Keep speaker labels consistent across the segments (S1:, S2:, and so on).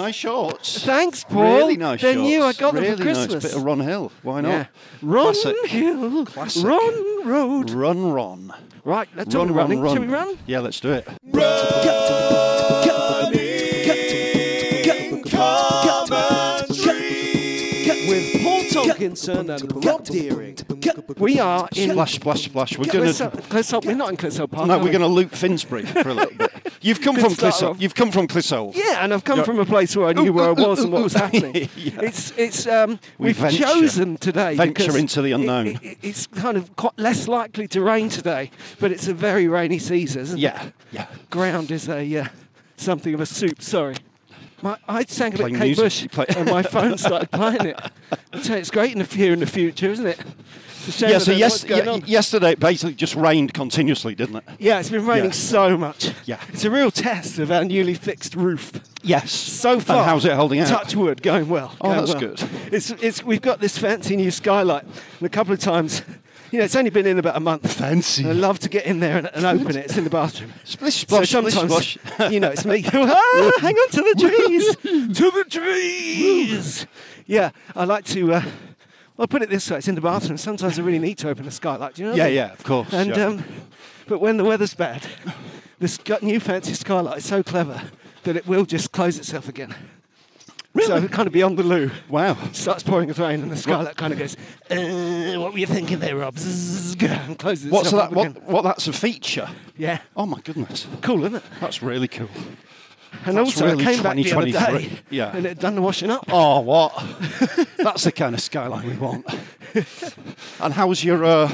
S1: Nice shorts.
S2: Thanks, Paul.
S1: Really nice
S2: They're new. I
S1: shorts.
S2: got them for
S1: really
S2: Christmas.
S1: Nice. Bit of Ron Hill. Why not?
S2: Yeah. Ron
S1: Classic.
S2: Hill,
S1: Classic.
S2: Ron Road.
S1: Run, Ron.
S2: Right, let's
S1: run,
S2: all be
S1: run,
S2: running.
S1: run.
S2: Shall we run?
S1: Yeah, let's do it.
S2: With Paul Tolkinson and Rob Deering. We are in.
S1: Splash, splash, splash. We're gonna.
S2: Clisso, Clisso, we're not in Clisso Park.
S1: No,
S2: are
S1: we're
S2: we?
S1: going to loop Finsbury for a little bit. You've come
S2: Good
S1: from
S2: start
S1: Clissold.
S2: off.
S1: You've come from Clissold.
S2: Yeah, and I've come
S1: Yeah.
S2: from a place where I knew
S1: Ooh,
S2: where I
S1: ooh,
S2: was
S1: ooh,
S2: and what
S1: ooh.
S2: was happening.
S1: Yeah.
S2: It's it's um,
S1: We
S2: we've
S1: venture.
S2: chosen today
S1: Venture
S2: because
S1: into the
S2: it-
S1: unknown.
S2: It, it- it's kind of quite less likely to rain today, but it's a very rainy season. Isn't
S1: Yeah,
S2: it?
S1: yeah.
S2: Ground is a uh, something of a soup. Sorry. My, I sang a bit
S1: Playing music.
S2: Kate Bush,
S1: Play-
S2: and my phone started playing it. I tell you, it's great in the here in the future, isn't it? It's a shame
S1: Yeah,
S2: I
S1: so
S2: don't know
S1: yes,
S2: what's going
S1: ye-
S2: on.
S1: yesterday it basically just rained continuously, didn't it?
S2: Yeah, it's been
S1: Yeah.
S2: raining so much.
S1: Yeah.
S2: It's a real test of our newly fixed roof.
S1: Yes.
S2: So far.
S1: And how's it holding out?
S2: Touch wood, going well.
S1: Oh,
S2: going
S1: that's
S2: well.
S1: good.
S2: It's, it's, we've got this fancy new skylight, and a couple of times, you know, it's only been in about a month.
S1: Fancy.
S2: And I love to get in there and, and open it. It's in the bathroom.
S1: Splish, splash,
S2: so
S1: splish,
S2: sometimes,
S1: splash.
S2: you know, it's me. ah, hang on to the trees, to the trees. Yeah, I like to. Uh, I'll put it this way: it's in the bathroom. Sometimes I really need to open the skylight. Do you know? what I
S1: Yeah,
S2: mean?
S1: yeah, of course,
S2: And
S1: yeah.
S2: um, but when the weather's bad, this got new fancy skylight is so clever that it will just close itself again. Really? So kind of beyond the loo.
S1: Wow.
S2: Starts pouring with rain, and the skylight kind of goes. Uh, what were you thinking there, Rob? Zzz, and closes itself
S1: What's that?
S2: up
S1: What,
S2: again.
S1: what? That's a feature.
S2: Yeah.
S1: Oh my goodness.
S2: Cool, isn't it?
S1: That's really cool.
S2: And
S1: That's
S2: also,
S1: really
S2: I came back the other
S1: 2023.
S2: day,
S1: Yeah.
S2: and it had done the washing up.
S1: Oh, what? That's the kind of skyline we want. and how was your uh,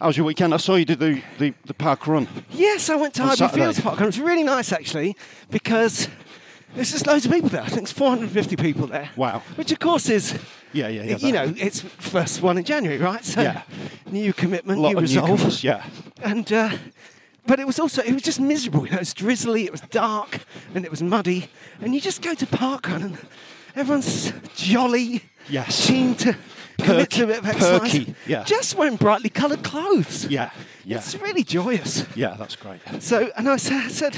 S1: how was your weekend? I saw you did the, the, the park run.
S2: Yes, I went to
S1: On
S2: Highbury
S1: Saturday.
S2: Fields Park, and it was really nice actually because there's just loads of people there. I think it's 450 people there.
S1: Wow.
S2: Which of course is,
S1: Yeah, yeah, yeah. that-
S2: you know, it's first one in January, right? So
S1: Yeah.
S2: new commitment,
S1: lot
S2: new
S1: of
S2: resolve,
S1: newcomers, yeah.
S2: and. Uh, but it was also it was just miserable. You know, it was drizzly, it was dark, and it was muddy. And you just go to parkrun, and everyone's jolly,
S1: Yes.
S2: keen to commit
S1: Perky-
S2: to a bit of exercise.
S1: perky, yeah.
S2: Just wearing brightly coloured clothes.
S1: Yeah, yeah.
S2: It's really joyous.
S1: Yeah, that's great.
S2: So, and I sa- said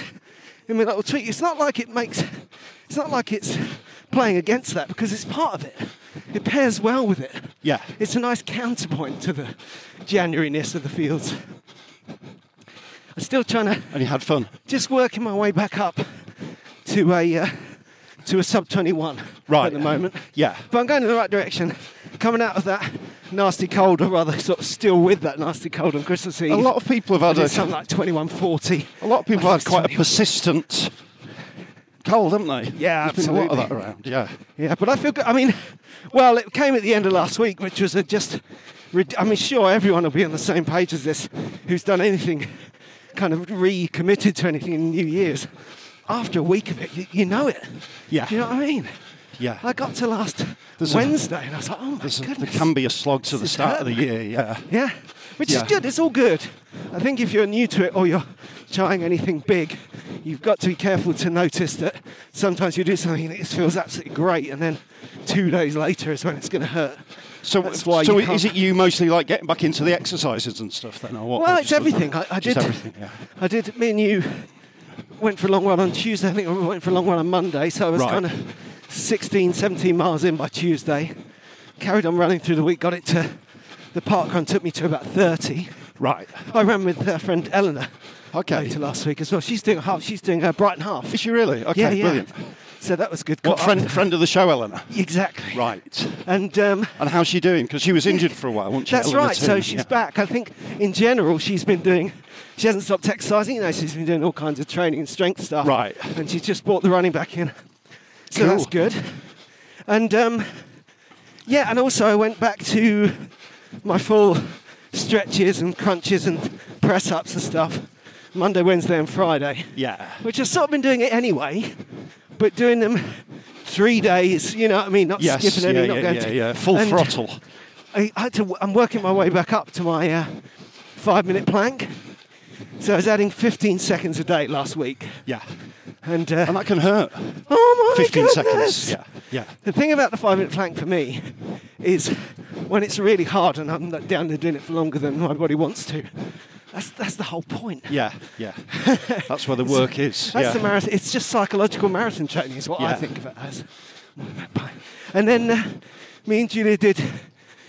S2: in my little tweet, it's not like it makes, it's not like it's playing against that because it's part of it. It pairs well with it.
S1: Yeah.
S2: It's a nice counterpoint to the Januariness of the fields. I'm still trying to,
S1: And you had fun.
S2: just working my way back up to a, uh, to a sub 21
S1: Right.
S2: at the moment.
S1: Yeah.
S2: But I'm going in the right direction. Coming out of that nasty cold, or rather, sort of still with that nasty cold on Christmas Eve.
S1: A lot of people
S2: I
S1: have
S2: did
S1: had
S2: something
S1: a,
S2: like 2140.
S1: a lot of people had quite a
S2: Something-
S1: persistent cold, haven't they?
S2: Yeah,
S1: There's been a lot of that
S2: absolutely.
S1: around. Yeah.
S2: Yeah, but I feel good. I mean, well, it came at the end of last week, which was a just. rid- I mean, sure, everyone will be on the same page as this who's done anything, kind of recommitted to anything in New Year's. After a week of it, you, you know it.
S1: Yeah.
S2: Do you know what I mean?
S1: Yeah.
S2: I got to last
S1: There's a-
S2: Wednesday and I was like, oh my
S1: There's a, there
S2: goodness.
S1: can be a slog to the
S2: is
S1: start of the
S2: hurt.
S1: year. Yeah.
S2: Yeah, which
S1: Yeah.
S2: is good. It's all good. I think if you're new to it or you're trying anything big, you've got to be careful to notice that sometimes you do something and it just feels absolutely great, and then two days later is when it's going to hurt.
S1: So,
S2: That's why
S1: so
S2: you can't-
S1: is it you mostly like getting back into the exercises and stuff then, or what?
S2: Well,
S1: Or
S2: it's
S1: just-
S2: everything. I, I
S1: just
S2: did.
S1: everything. Yeah.
S2: I did. Me and you went for a long run on Tuesday. I think we went for a long run on Monday. So I was
S1: Right.
S2: kind of 16, 17 miles in by Tuesday. Carried on running through the week. Got it to the park run. Took me to about 30.
S1: Right.
S2: I ran with our friend Eleanor
S1: Okay.
S2: later last week as well. She's doing a half. She's doing a Brighton half.
S1: Is she really? Okay.
S2: yeah, yeah.
S1: Brilliant.
S2: So that was good.
S1: What
S2: Got
S1: friend
S2: up.
S1: friend of the show, Eleanor?
S2: Exactly.
S1: Right.
S2: And um,
S1: And how's she doing? Because she was injured for a while, wasn't she?
S2: That's
S1: Eleanor
S2: right. So
S1: too?
S2: she's
S1: Yeah.
S2: back. I think in general she's been doing. She hasn't stopped exercising. You know, she's been doing all kinds of training and strength stuff.
S1: Right.
S2: And she's just brought the running back in. So that's
S1: Cool.
S2: good. And um, yeah, and also I went back to my full stretches and crunches and press ups and stuff Monday, Wednesday, and Friday
S1: Yeah.
S2: which I've sort of been doing it anyway, but doing them three days, you know what I mean? Not
S1: Yes.
S2: skipping any,
S1: yeah,
S2: not
S1: yeah,
S2: going
S1: yeah,
S2: to.
S1: yeah. Full
S2: And
S1: throttle.
S2: I had to, I'm working my way back up to my uh, five minute plank. So I was adding 15 seconds a day last week.
S1: Yeah.
S2: And, uh,
S1: And that can hurt.
S2: oh my
S1: 15
S2: goodness.
S1: seconds. Yeah. Yeah.
S2: The thing about the five minute plank for me is when it's really hard and I'm not down there doing it for longer than my body wants to. That's, that's the whole point.
S1: Yeah. Yeah. That's where the work is.
S2: That's
S1: yeah.
S2: the marathon. It's just psychological marathon training, is what I
S1: Yeah.
S2: think of it as. And then uh, me and Julia did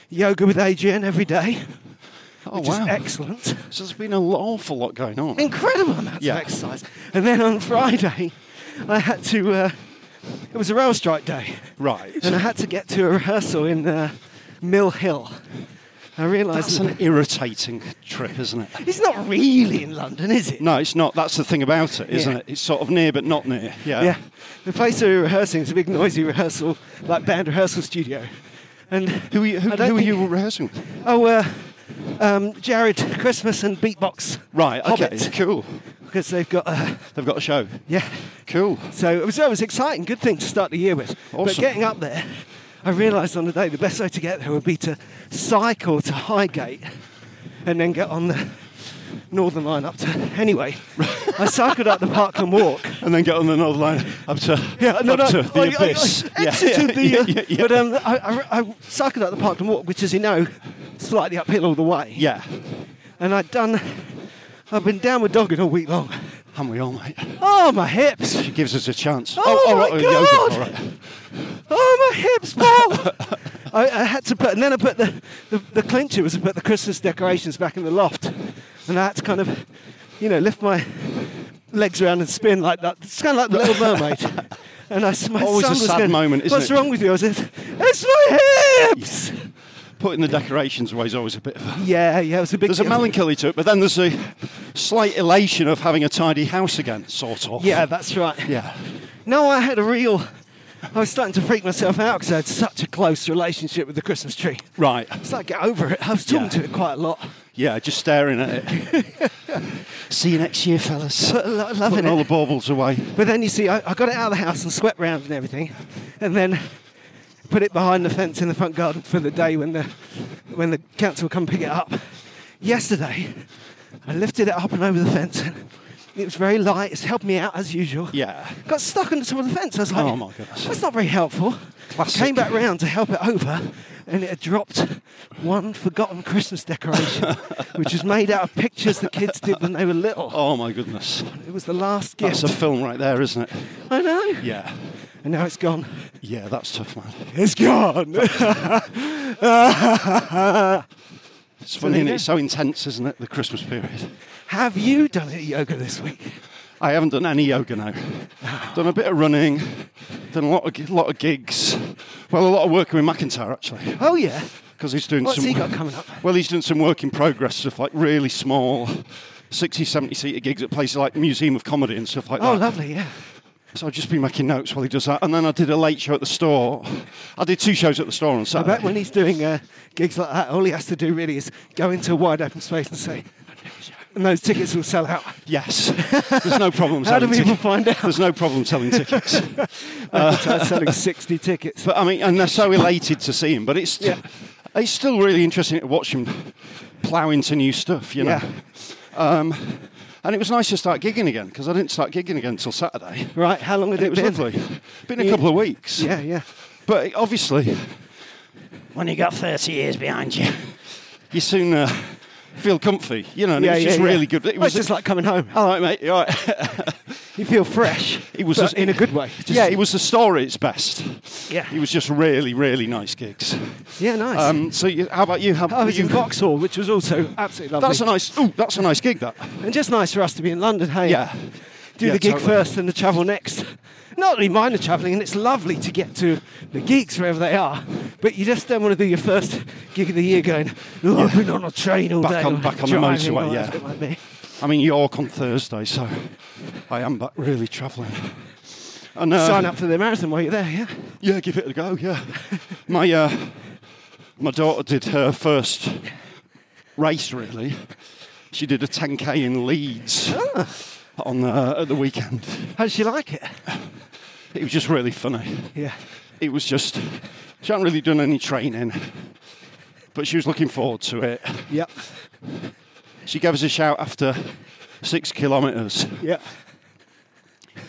S2: yoga with Adrian every day,
S1: Oh
S2: which
S1: wow.
S2: is excellent.
S1: so there's been an awful lot going on.
S2: Incredible amounts
S1: Yeah.
S2: of exercise. And then on Friday, I had to. Uh, it was a rail strike day,
S1: Right.
S2: and I had to get to a rehearsal in uh, Mill Hill. I
S1: That's
S2: realised
S1: an irritating trip, isn't it?
S2: it's not really in London, is it?
S1: No, it's not. That's the thing about it, isn't
S2: Yeah.
S1: it? It's sort of near but not near. Yeah.
S2: Yeah. The place they were rehearsing is a big noisy rehearsal, like band rehearsal studio. And
S1: Who are you, who,
S2: I don't
S1: who are
S2: think-
S1: you rehearsing with?
S2: Oh, uh, um, Jared Christmas and Beatbox.
S1: Right, okay.
S2: Hobbit,
S1: Cool.
S2: because they've got. Uh,
S1: They've got a show.
S2: yeah.
S1: Cool.
S2: So it was, it was exciting, good thing to start the year with. But
S1: Awesome.
S2: getting up there, I realised on the day the best way to get there would be to cycle to Highgate and then get on the Northern Line up to. Anyway, I cycled up the Parkland Walk.
S1: And then get on another line up to,
S2: Yeah, no,
S1: up
S2: no.
S1: to the
S2: I- I-
S1: abyss.
S2: I,
S1: Yeah,
S2: exited
S1: yeah,
S2: the, uh,
S1: yeah, yeah.
S2: But um, I, I, I cycled up the park and walk, which, as you know, slightly uphill all the way.
S1: yeah.
S2: And I'd done. I've been downward dogging all week long.
S1: Haven't we all, mate?
S2: Oh, my hips!
S1: She gives us a chance.
S2: Oh, my God.
S1: Yoga. All right.
S2: Oh, my hips, pal! I, I had to put, and then I put the, the, the clincher was to put the Christmas decorations back in the loft. And I had to kind of, you know, lift my legs around and spin like that. It's kind of like the Little Mermaid. And I, my
S1: Always
S2: son
S1: a
S2: was
S1: sad
S2: going,
S1: moment, isn't
S2: What's
S1: it?"
S2: wrong with you? I said, It's my hips!
S1: Putting the decorations away is always a bit of a...
S2: Yeah, yeah, it was a big
S1: There's a
S2: deal.
S1: melancholy to it, but then there's a slight elation of having a tidy house again, sort of.
S2: Yeah, that's right.
S1: Yeah.
S2: No, I had a real. I was starting to freak myself out because I had such a close relationship with the Christmas tree.
S1: Right.
S2: It's like, get over it. I was talking
S1: Yeah.
S2: to it quite a lot.
S1: Yeah, just staring at it. See you next year, fellas.
S2: But lo- loving
S1: Putting all the
S2: it.
S1: baubles away.
S2: But then you see, I, I got it out of the house and swept round and everything, and then put it behind the fence in the front garden for the day when the when the council come pick it up. Yesterday, I lifted it up and over the fence. And it was very light. It's helped me out as usual.
S1: Yeah.
S2: Got stuck on the top of the fence. I was like,
S1: Oh, my goodness.
S2: That's not very helpful.
S1: Classic.
S2: Came back round to help it over, and it had dropped one forgotten Christmas decoration, which was made out of pictures the kids did when they were little.
S1: Oh, my goodness.
S2: It was the last
S1: That's
S2: gift.
S1: a film right there, isn't it?
S2: I know.
S1: Yeah.
S2: And now it's gone.
S1: Yeah, that's tough, man.
S2: It's gone.
S1: It's funny, and
S2: you
S1: it's so intense, isn't it? The Christmas period.
S2: Have you done any yoga this week?
S1: I haven't done any yoga now. Done a bit of running, done a lot of, gi- lot of gigs. Well, a lot of work with McIntyre actually,
S2: Oh yeah.
S1: because he's doing
S2: What's
S1: some.
S2: he got coming up?
S1: Well, he's doing some work in progress stuff, like really small, 60, 70 seater gigs at places like Museum of Comedy and stuff like
S2: Oh,
S1: that.
S2: lovely. Yeah.
S1: So I've just been making notes while he does that, and then I did a late show at the store. I did two shows at the store on
S2: I
S1: Saturday.
S2: bet when he's doing uh, gigs like that, all he has to do really is go into a wide open space and say, and those tickets will sell out.
S1: Yes. There's no problem
S2: How do
S1: selling
S2: people
S1: tickets.
S2: find out?
S1: There's no problem selling tickets.
S2: Uh, selling 60 tickets.
S1: But I mean, and they're so elated to see him. But it's
S2: Yeah.
S1: it's still really interesting to watch him plough into new stuff. You know.
S2: Yeah.
S1: Um, And it was nice to start gigging again because I didn't start gigging again until Saturday.
S2: Right, how long had
S1: And
S2: it,
S1: it was
S2: been?
S1: lovely. Been a couple of weeks.
S2: Yeah, yeah.
S1: But obviously, when you got 30 years behind you, you soon uh, feel comfy, you know, and
S2: yeah,
S1: it was
S2: yeah,
S1: just
S2: yeah.
S1: really good. It
S2: Well,
S1: was
S2: it's just like coming home.
S1: all right, mate, you all right.
S2: You feel fresh.
S1: It was
S2: but
S1: a-
S2: in a good way. Just-
S1: yeah, it was the story at its best.
S2: Yeah.
S1: It was just really, really nice gigs.
S2: yeah, nice.
S1: Um, so, you, how about you? How,
S2: I was
S1: you
S2: in Vauxhall, which was also absolutely lovely.
S1: That's a nice. Ooh, that's a nice gig. That.
S2: and just nice for us to be in London, hey?
S1: Yeah.
S2: Do
S1: Yeah,
S2: the gig
S1: totally.
S2: first and the travel next. Not really mind the travelling, and it's lovely to get to the gigs wherever they are, but you just don't want to do your first gig of the year going, oh, I've been on a train all
S1: Back
S2: day.
S1: on-
S2: or
S1: back on the
S2: driving,"
S1: motorway,
S2: or
S1: yeah.
S2: whatever it might be.
S1: I mean, York on Thursday, so I am back really travelling. And uh,
S2: Sign up for the marathon while you're there, yeah?
S1: Yeah, give it a go. Yeah, my uh, my daughter did her first race. Really, she did a 10k in Leeds on uh, at the weekend.
S2: How does she like it?
S1: It was just really funny.
S2: Yeah.
S1: It was just she hadn't really done any training, but she was looking forward to it.
S2: Yep.
S1: She gave us a shout after six kilometres.
S2: Yep.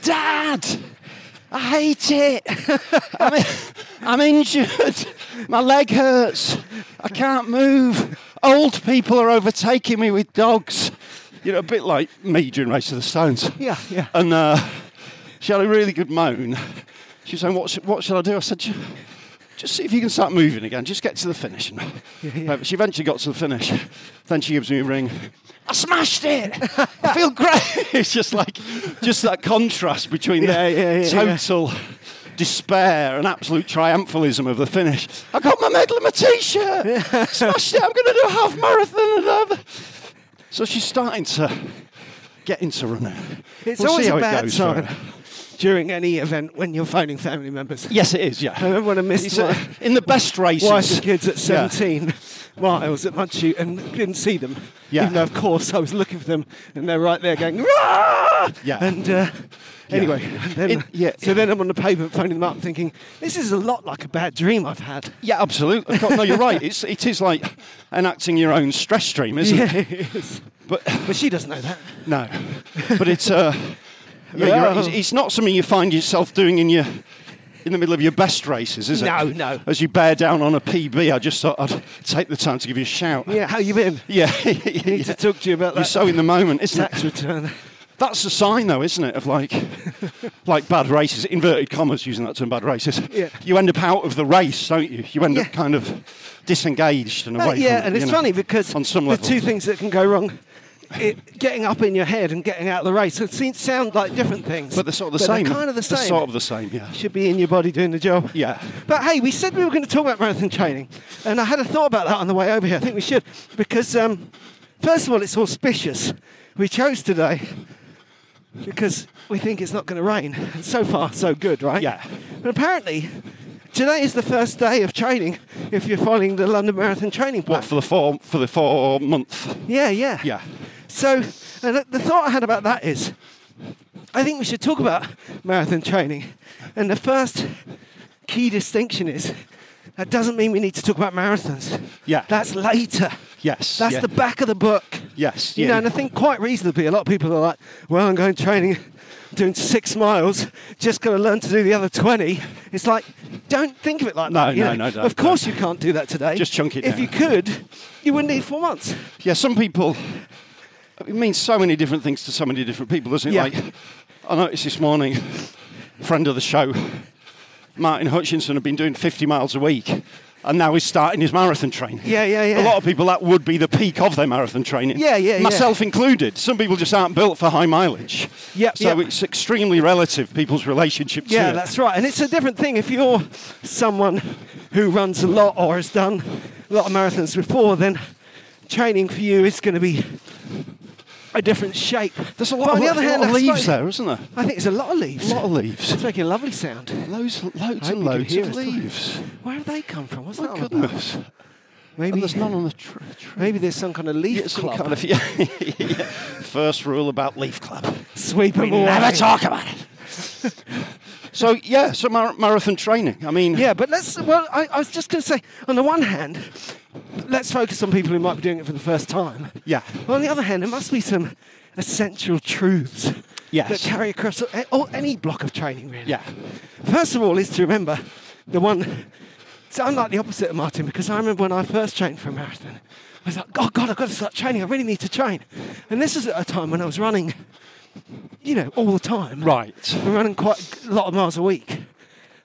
S1: Dad, I hate it. I'm, I'm injured. My leg hurts. I can't move. Old people are overtaking me with dogs. You know, a bit like me during Race of the Stones.
S2: Yeah, yeah.
S1: And uh, she had a really good moan. She was saying, "What, sh- what shall I do?" I said, "Ju- "Just see if you can start moving again. Just get to the finish." And
S2: yeah.
S1: uh, but she eventually got to the finish. Then she gives me a ring. I smashed it. I feel great. it's just like just that contrast between
S2: Yeah,
S1: the
S2: yeah, yeah, yeah.
S1: total. Despair and absolute triumphalism of the finish. I got my medal and my t-shirt. Smashed it. I'm going to do a half marathon and have. So she's starting to get into running.
S2: It's
S1: We'll see
S2: always
S1: how
S2: a
S1: it
S2: bad
S1: goes for
S2: sign
S1: her.
S2: during any event when you're phoning family members.
S1: Yes, it is. Yeah,
S2: I remember when I missed
S1: It's, uh,
S2: my-
S1: in the best races.
S2: wife and kids at
S1: Yeah.
S2: 17 miles at Munchute and didn't see them.
S1: Yeah.
S2: Even though, of course, I was looking for them and they're right there going, Rah!
S1: Yeah.
S2: And uh, anyway, and then,
S1: It- yeah.
S2: so then I'm on the pavement phoning them up thinking, this is a lot like a bad dream I've had.
S1: Yeah, absolutely. Of course, No, you're right. It's it is like enacting your own stress stream, isn't it?
S2: Yes.
S1: But
S2: but she doesn't know that.
S1: no, but it's uh, yeah, you're right. It's, it's not something you find yourself doing in your in the middle of your best races, is it?
S2: No, no.
S1: As you bear down on a PB, I just thought I'd take the time to give you a shout.
S2: Yeah, how you been?
S1: yeah.
S2: I need to talk to you about
S1: You're
S2: that
S1: so in the moment, isn't it?
S2: tax return.
S1: That's a sign, though, isn't it, of like, like bad races, inverted commas, using that term, bad races.
S2: Yeah.
S1: You end up out of the race, don't you? You end
S2: Yeah.
S1: up kind of disengaged and away.
S2: Uh, yeah,
S1: from,
S2: and
S1: you
S2: it's
S1: know,
S2: funny because
S1: on some
S2: the
S1: level,
S2: two things that can go wrong, it, getting up in your head and getting out of the race, it seems, sound like different things.
S1: but they're sort of the
S2: but
S1: same.
S2: They're kind of the
S1: They're
S2: same.
S1: sort of the same. Yeah.
S2: should be in your body doing the job.
S1: Yeah.
S2: But hey, we said we were going to talk about marathon training, and I had a thought about that on the way over here. I think we should because um, first of all, it's auspicious. We chose today because we think it's not going to rain. And so far, so good, right?
S1: Yeah.
S2: But apparently, today is the first day of training if you're following the London Marathon training plan.
S1: What for the four for the four month?
S2: Yeah, yeah.
S1: Yeah.
S2: So, and the- the thought I had about that is, I think we should talk about marathon training. And the first key distinction is, that doesn't mean we need to talk about marathons.
S1: Yeah.
S2: That's later.
S1: Yes.
S2: That's
S1: yeah.
S2: the back of the book.
S1: Yes.
S2: You
S1: yeah.
S2: know, and I think quite reasonably, a lot of people are like, well, I'm going training, doing six miles, just going to learn to do the other 20. It's like, don't think of it like
S1: No,
S2: that. you
S1: no,
S2: know.
S1: no, don't,
S2: Of course you can't do that today.
S1: Just chunk it
S2: If
S1: down.
S2: you could, you wouldn't need four months.
S1: yeah. Some people. It means so many different things to so many different people, doesn't it?
S2: Yeah.
S1: Like, I noticed this morning, friend of the show, Martin Hutchinson, had been doing 50 miles a week, and now he's starting his marathon training.
S2: Yeah, yeah, yeah.
S1: A lot of people, that would be the peak of their marathon training.
S2: Yeah, yeah, yeah.
S1: Myself included. Some people just aren't built for high mileage.
S2: Yep,
S1: So
S2: yep.
S1: it's extremely relative, people's relationship to
S2: Yeah,
S1: it.
S2: that's right. And it's a different thing if you're someone who runs a lot or has done a lot of marathons before, then training for you is going to be a different shape.
S1: There's a lot
S2: But
S1: of,
S2: on the other
S1: lot
S2: hand,
S1: of
S2: I
S1: leaves
S2: suppose-
S1: there, isn't there?
S2: I think it's a lot of
S1: A
S2: leaves.
S1: lot of leaves.
S2: It's making a lovely sound.
S1: Loads, loads
S2: hope
S1: and
S2: you Oh, can
S1: loads
S2: hear
S1: of
S2: us.
S1: leaves.
S2: Where have they come from? What's that
S1: My
S2: all about?
S1: goodness. And
S2: Maybe,
S1: there's none on the tr- tree.
S2: maybe there's some kind of leaf club.
S1: Kind of, yeah, yeah. First rule about Leaf Club.
S2: Sweep them all away.
S1: about it. so yeah, so mar- marathon training. I mean,
S2: Yeah, but let's. Well, I, I was just going to say, on the one hand, let's focus on people who might be doing it for the first time.
S1: yeah,
S2: Well, on the other hand, there must be some essential truths that
S1: Yes.
S2: carry across a- or any block of training, really.
S1: Yeah.
S2: First of all, is to remember the one. So I'm like the opposite of Martin because I remember when I first trained for a marathon, I was like, oh God, I've got to start training. I really need to train. And this is at a time when I was running, you know, all the time.
S1: Right.
S2: I'm running quite a lot of miles a week.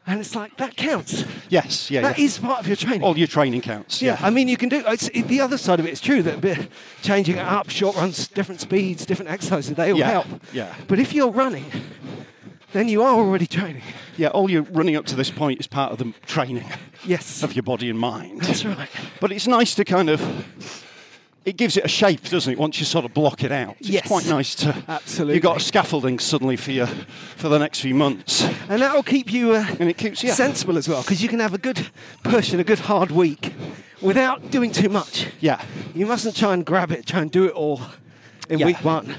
S2: And it's like, that counts.
S1: Yes. Yeah.
S2: That
S1: yeah.
S2: is part of your training.
S1: All your training counts.
S2: Yeah, I mean, you can do. It's, it- the other side of it is true that bit- changing it up, short runs, different speeds, different exercises, they all
S1: Yeah,
S2: help.
S1: yeah.
S2: But if you're running, then you are already training.
S1: Yeah. All your running up to this point is part of the training
S2: Yes.
S1: of your body and mind.
S2: That's right.
S1: But it's nice to kind of. It gives it a shape, doesn't it? Once you sort of block it out,
S2: Yes.
S1: it's quite nice to.
S2: Absolutely.
S1: You've got scaffolding suddenly for your, for the next few months.
S2: And that will keep you uh,
S1: And it keeps- yeah.
S2: sensible as well, because you can have a good push and a good hard week without doing too much.
S1: Yeah.
S2: You mustn't try and grab it, try and do it all in
S1: Yeah.
S2: week one.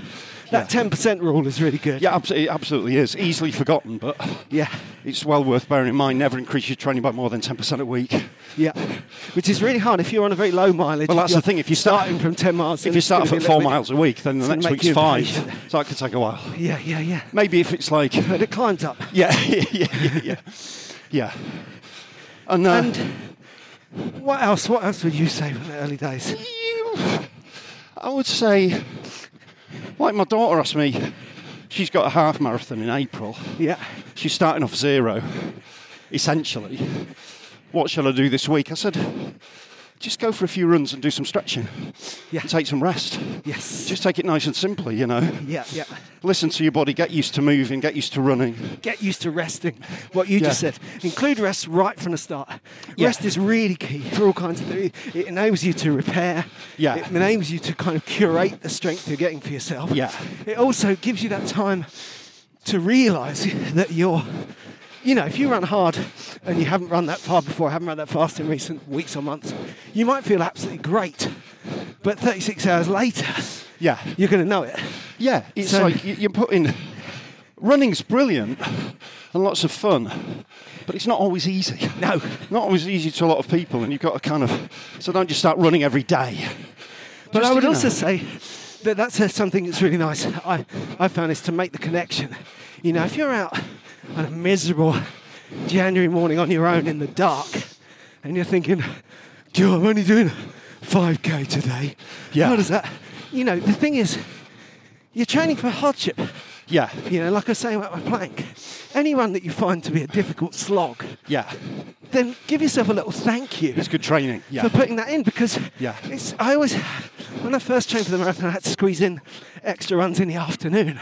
S2: That
S1: Yeah.
S2: 10% rule is really good.
S1: Yeah, abso- it absolutely is. Easily forgotten, but
S2: Yeah.
S1: it's well worth bearing in mind. Never increase your training by more than 10% a week.
S2: Yeah, which is really hard if you're on a very low mileage.
S1: Well, that's
S2: you're
S1: the thing. If you start-
S2: starting from ten miles,
S1: If
S2: then
S1: you
S2: it's
S1: start
S2: gonna
S1: off
S2: be
S1: at
S2: a
S1: four
S2: little bit-
S1: miles a week, then the
S2: it's gonna
S1: next
S2: make
S1: week's
S2: you
S1: five. So
S2: impatient.
S1: that could take a while.
S2: Yeah, yeah, yeah.
S1: Maybe if it's like,
S2: But it climbs up.
S1: yeah, yeah, yeah, yeah, yeah. And, uh,
S2: And what else? What else would you say from the early days?
S1: I would say, like my daughter asked me, she's got a half marathon in April.
S2: Yeah,
S1: She's starting off zero, essentially. What shall I do this week? I said, just go for a few runs and do some stretching.
S2: Yeah.
S1: And take some rest.
S2: Yes.
S1: Just take it nice and simply, you know.
S2: yeah, yeah.
S1: Listen to your body, get used to moving, get used to running.
S2: Get used to resting. What you just
S1: Yeah.
S2: said. Include rest right from the start.
S1: Yeah.
S2: Rest is really key for all kinds of things. It enables you to repair.
S1: Yeah.
S2: It enables you to kind of curate the strength you're getting for yourself.
S1: Yeah.
S2: It also gives you that time to realise that you're, you know, if you run hard and you haven't run that far before, haven't run that fast in recent weeks or months, you might feel absolutely great. But 36 hours later,
S1: Yeah.
S2: you're going to know it.
S1: Yeah. It's
S2: So-
S1: like you- you're putting. Running's brilliant and lots of fun, but it's not always easy.
S2: No.
S1: Not always easy to a lot of people, and you've got to kind of. So don't just start running every day.
S2: But
S1: Just
S2: I would
S1: to, you
S2: also
S1: know.
S2: say that that's uh, something that's really nice. I, I found is to make the connection. You know, if you're out on a miserable January morning on your own in the dark and you're thinking, Joe, I'm only doing 5K today.
S1: Yeah.
S2: How does that? You know, the thing is, you're training for hardship.
S1: Yeah.
S2: You know, like I was saying about my plank, anyone that you find to be a difficult slog,
S1: Yeah.
S2: then give yourself a little thank you
S1: It's good training. Yeah.
S2: for putting that in because
S1: Yeah.
S2: it's, I always, when I first trained for the marathon, I had to squeeze in extra runs in the afternoon.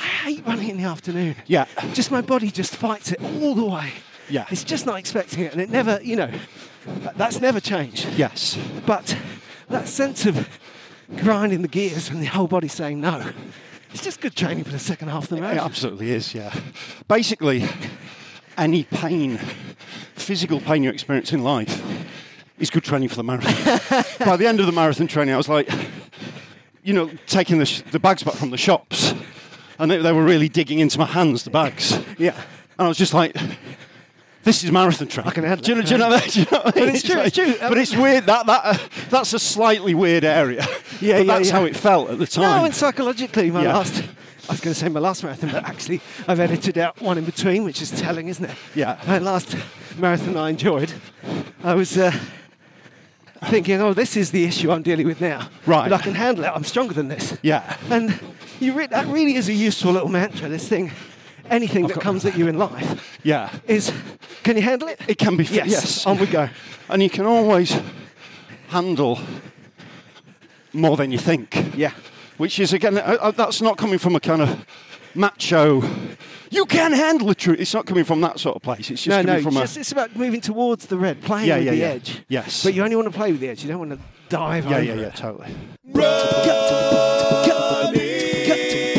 S2: I hate running in the afternoon.
S1: Yeah.
S2: Just my body just fights it all the way.
S1: Yeah.
S2: It's just not expecting it and it never, you know, that- that's never changed.
S1: Yes.
S2: But that sense of grinding the gears and the whole body saying no, it's just good training for the second half of the
S1: It
S2: marathon.
S1: absolutely is, yeah. Basically, any pain, physical pain you experience in life, is good training for the marathon. By the end of the marathon training, I was like, you know, taking the, sh- the bags back from the shops, and they, they were really digging into my hands, the bags. And
S2: Yeah.
S1: I was just like, this is marathon training. I
S2: can handle
S1: do, you know,
S2: it.
S1: do you know what I mean? Do you know what I mean?
S2: But it's true, it's true.
S1: But it's weird. That, that, uh, that's a slightly weird area.
S2: Yeah,
S1: but
S2: yeah,
S1: That's
S2: yeah.
S1: how it felt at the time.
S2: No, and psychologically, my
S1: Yeah.
S2: last. I was going to say my last marathon, but actually, I've edited out one in between, which is telling, isn't it?
S1: Yeah.
S2: My last marathon I enjoyed, I was uh, thinking, oh, this is the issue I'm dealing with now.
S1: Right.
S2: But I can handle it. I'm stronger than this.
S1: Yeah.
S2: And you re- that really is a useful little mantra, this thing. Anything that comes at you in life
S1: yeah.
S2: is, can you handle it?
S1: It can be
S2: Yes.
S1: fixed. Yes.
S2: On we go.
S1: And you can always handle more than you think.
S2: Yeah.
S1: Which is, again, uh, uh, that's not coming from a kind of macho, you can handle the truth. It's not coming from that sort of place. It's just
S2: No,
S1: coming
S2: no, it's,
S1: from a.
S2: just, it's about moving towards the red, playing
S1: Yeah,
S2: with
S1: yeah,
S2: the
S1: yeah.
S2: edge.
S1: Yes.
S2: But you only want to play with the edge. You don't want to dive
S1: yeah,
S2: over
S1: yeah, yeah,
S2: it.
S1: totally.
S3: Running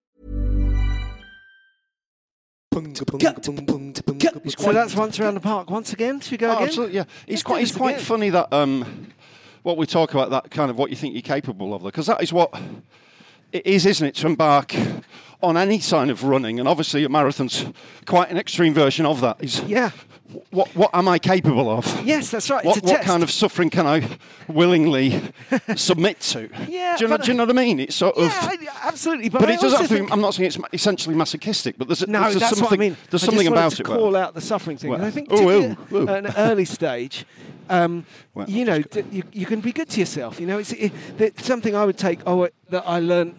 S1: He's
S2: So
S1: quite-
S2: that's once around the park once again. Should we go
S1: Oh,
S2: again?
S1: absolutely, yeah. It's
S2: Let's do
S1: quite, it's
S2: this
S1: quite
S2: again.
S1: funny that um, what we talk about, that kind of what you think you're capable of, because that is what it is, isn't it, to embark on any sign of running. And obviously, a marathon's quite an extreme version of that. Is
S2: Yeah.
S1: What, what am I capable of?
S2: Yes, that's right.
S1: What,
S2: it's a
S1: what
S2: test.
S1: kind of suffering can I willingly submit to?
S2: Yeah,
S1: do you, know,
S2: but-
S1: do you know what I mean? It's sort
S2: yeah,
S1: of.
S2: I- absolutely. But,
S1: but
S2: I
S1: it doesn't
S2: also
S1: have to. be-
S2: think-
S1: I'm not saying it's ma- essentially masochistic, but there's,
S2: No,
S1: there's
S2: that's
S1: something.
S2: what I mean.
S1: There's
S2: I
S1: something
S2: just wanted
S1: about
S2: to
S1: it. where-
S2: Call out the suffering thing. And
S1: Well, Oh,
S2: I think
S1: ooh,
S2: particularly
S1: ooh, ooh.
S2: at an early stage, um,
S1: Well,
S2: you know, d- you, you can be good to yourself. You know, it's it, that something I would take. Oh, it- that I learnt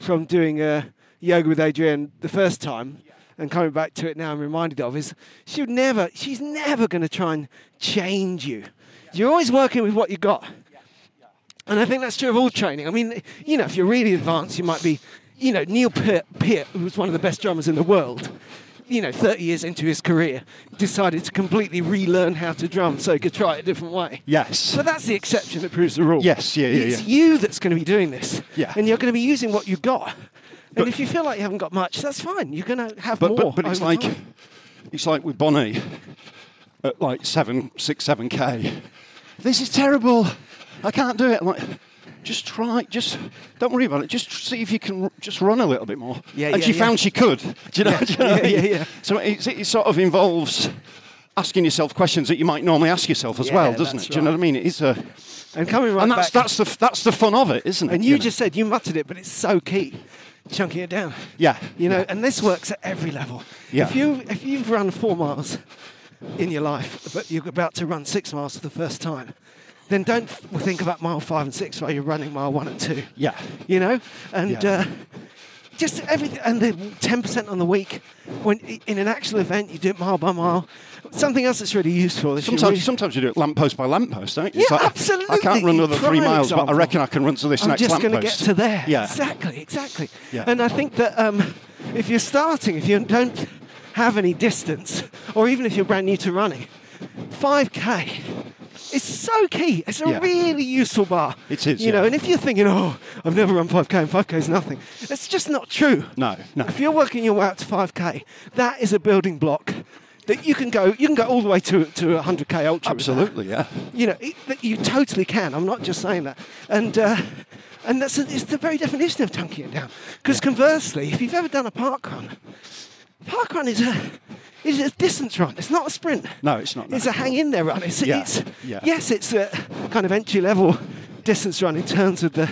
S2: from doing uh, yoga with Adrienne the first time. And coming back to it now, I'm reminded of is she would never, she's never going to try and change you. You're always working with what you got. And I think that's true of all training. I mean, you know, if you're really advanced, you might be, you know, Neil Peart, Peart who was one of the best drummers in the world, you know, 30 years into his career, decided to completely relearn how to drum so he could try it a different way.
S1: Yes.
S2: But that's the exception that proves the rule.
S1: Yes, yeah, yeah,
S2: It's
S1: yeah.
S2: you that's going to be doing this.
S1: Yeah.
S2: And you're going to be using what you've got. And if you feel like you haven't got much, that's fine. You're going to have
S1: But,
S2: more.
S1: but, but it's
S2: over
S1: like
S2: time.
S1: it's like with Bonnie at like seven, six, seven k. This is terrible. I can't do it. I'm like, just try. Just don't worry about it. Just see if you can r- just run a little bit more.
S2: Yeah,
S1: and
S2: yeah,
S1: she
S2: yeah.
S1: found she could. Do you know? do you know what I
S2: yeah,
S1: mean?
S2: yeah, yeah.
S1: So it, it sort of involves asking yourself questions that you might normally ask yourself as
S2: Yeah,
S1: well, doesn't
S2: that's
S1: it? Do you know
S2: right.
S1: what I mean? It is a.
S2: and coming right
S1: and that's
S2: back.
S1: that's the f- that's the fun of it, isn't it?
S2: And you
S1: know?
S2: just said you muttered it, but it's so key, chunking it down.
S1: Yeah,
S2: You know,
S1: yeah.
S2: and this works at every level.
S1: Yeah.
S2: If you if you've run four miles in your life, but you're about to run six miles for the first time, then don't f- think about mile five and six while you're running mile one and two.
S1: Yeah.
S2: You know, and
S1: Yeah.
S2: uh, just everything, and the ten percent on the week. When i- in an actual event, you do it mile by mile. Something else that's really useful. is you
S1: Sometimes,
S2: really-
S1: sometimes you do it lamppost by lamppost, don't you?
S2: Yeah,
S1: It's like, I
S2: absolutely.
S1: can't run another three
S2: Prime
S1: miles, but
S2: example.
S1: I reckon I can run to this
S2: I'm
S1: next
S2: just
S1: lamppost.
S2: going to get to there.
S1: Yeah.
S2: Exactly, exactly.
S1: Yeah.
S2: And I think that um, if you're starting, if you don't have any distance, or even if you're brand new to running, 5K is so key. It's a
S1: Yeah.
S2: really useful bar.
S1: It is,
S2: You know,
S1: yeah.
S2: and if you're thinking, oh, I've never run 5K and 5K is nothing, it's just not true.
S1: No, no.
S2: If you're working your way up to 5K, that is a building block. That you can go, you can go all the way to to 100k ultra. with that
S1: Absolutely, yeah.
S2: you know it, that you totally can i'm not just saying that and uh, and that's it's the very definition of chunking it down because conversely if you've ever done a park run park run is a is a distance run it's not a sprint
S1: No, it's not, no.
S2: it's a hang in there run it's,
S1: Yeah,
S2: it's
S1: yeah.
S2: yes it's a kind of entry level distance run in terms of the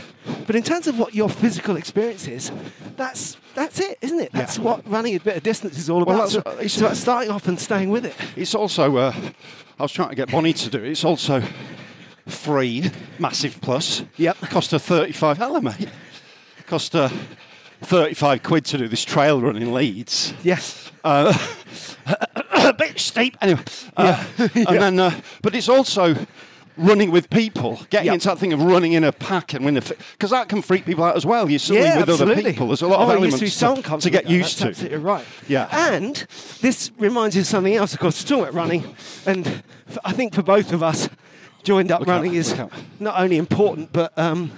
S2: but in terms of what your physical experience is that's that's it isn't it that's what running a bit of distance is all about
S1: Well,
S2: So
S1: that's-
S2: it's about starting off and staying with it
S1: It's also, uh, I was trying to get Bonnie to do it, it's also free, massive plus.
S2: Yep.
S1: Cost her 35, hello mate. Cost her 35 quid to do this trail run in Leeds.
S2: yes
S1: Uh, a bit steep, anyway. Uh, And then, uh, but it's also running with people, getting
S2: Yeah.
S1: into that thing of running in a pack and when the because that can freak people out as well. You're suddenly with other people. There's a lot
S2: Oh,
S1: of
S2: it used
S1: elements
S2: to, be
S1: to, to
S2: someone comes with
S1: get
S2: that,
S1: used
S2: that's
S1: to.
S2: Absolutely right.
S1: Yeah.
S2: And this reminds you of something else. Of course, talking about running, and f- I think for both of us, joined up
S1: Look out,
S2: running is
S1: look out.
S2: not only important but um,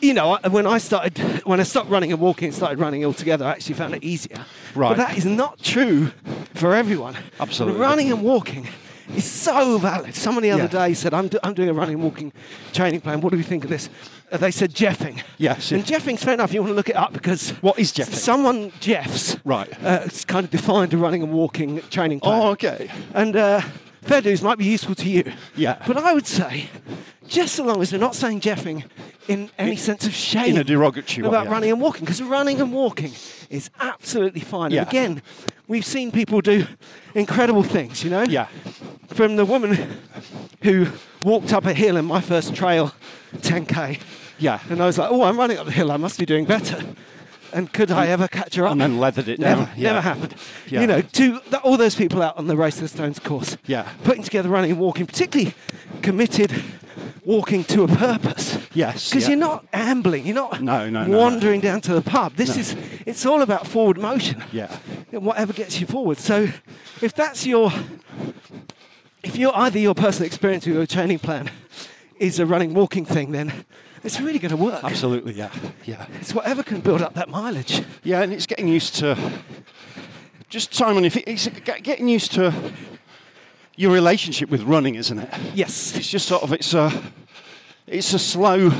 S2: you know, I- when I started, when I stopped running and walking and started running altogether, I actually found it easier.
S1: Right.
S2: But that is not true for everyone.
S1: Absolutely.
S2: Running and walking is so valid. Someone the other
S1: Yeah.
S2: day said, I'm, do- I'm doing a running and walking training plan. What do we think of this? Uh, they said jeffing.
S1: Yes,
S2: And
S1: yeah.
S2: jeffing's fair enough. You want to look it up because.
S1: What is jeffing?
S2: Someone jeffs.
S1: Right.
S2: Uh, it's kind of defined a running and walking training plan.
S1: Oh, okay.
S2: And uh, fair dues might be useful to you.
S1: Yeah.
S2: But I would say, just so long as we're not saying jeffing in any sense of shame
S1: in a derogatory way,
S2: about
S1: yeah.
S2: running and walking, because running and walking is absolutely fine.
S1: Yeah.
S2: And again, we've seen people do incredible things, you know?
S1: Yeah.
S2: From the woman who walked up a hill in my first trail 10K.
S1: Yeah.
S2: And I was like, oh, I'm running up the hill, I must be doing better. And could I ever catch her up?
S1: and then leathered it
S2: never,
S1: down. Yeah.
S2: Never happened.
S1: Yeah.
S2: You know, to th- all those people out on the Race to the Stones course,
S1: Yeah.
S2: putting together running and walking, particularly committed walking to a purpose.
S1: Yes,
S2: Because
S1: yeah.
S2: you're not ambling, you're not
S1: No, no, no, no.
S2: wandering down to the pub. This
S1: No.
S2: is, it's all about forward motion.
S1: Yeah.
S2: And Whatever gets you forward. So if that's your, if you're either your personal experience or your training plan is a running walking thing, then it's really going to work.
S1: Absolutely, yeah. Yeah.
S2: It's whatever can build up that mileage.
S1: Yeah, and it's getting used to just Simon. If it, it's get- getting used to your relationship with running, isn't it?
S2: Yes.
S1: It's just sort of it's a it's a slow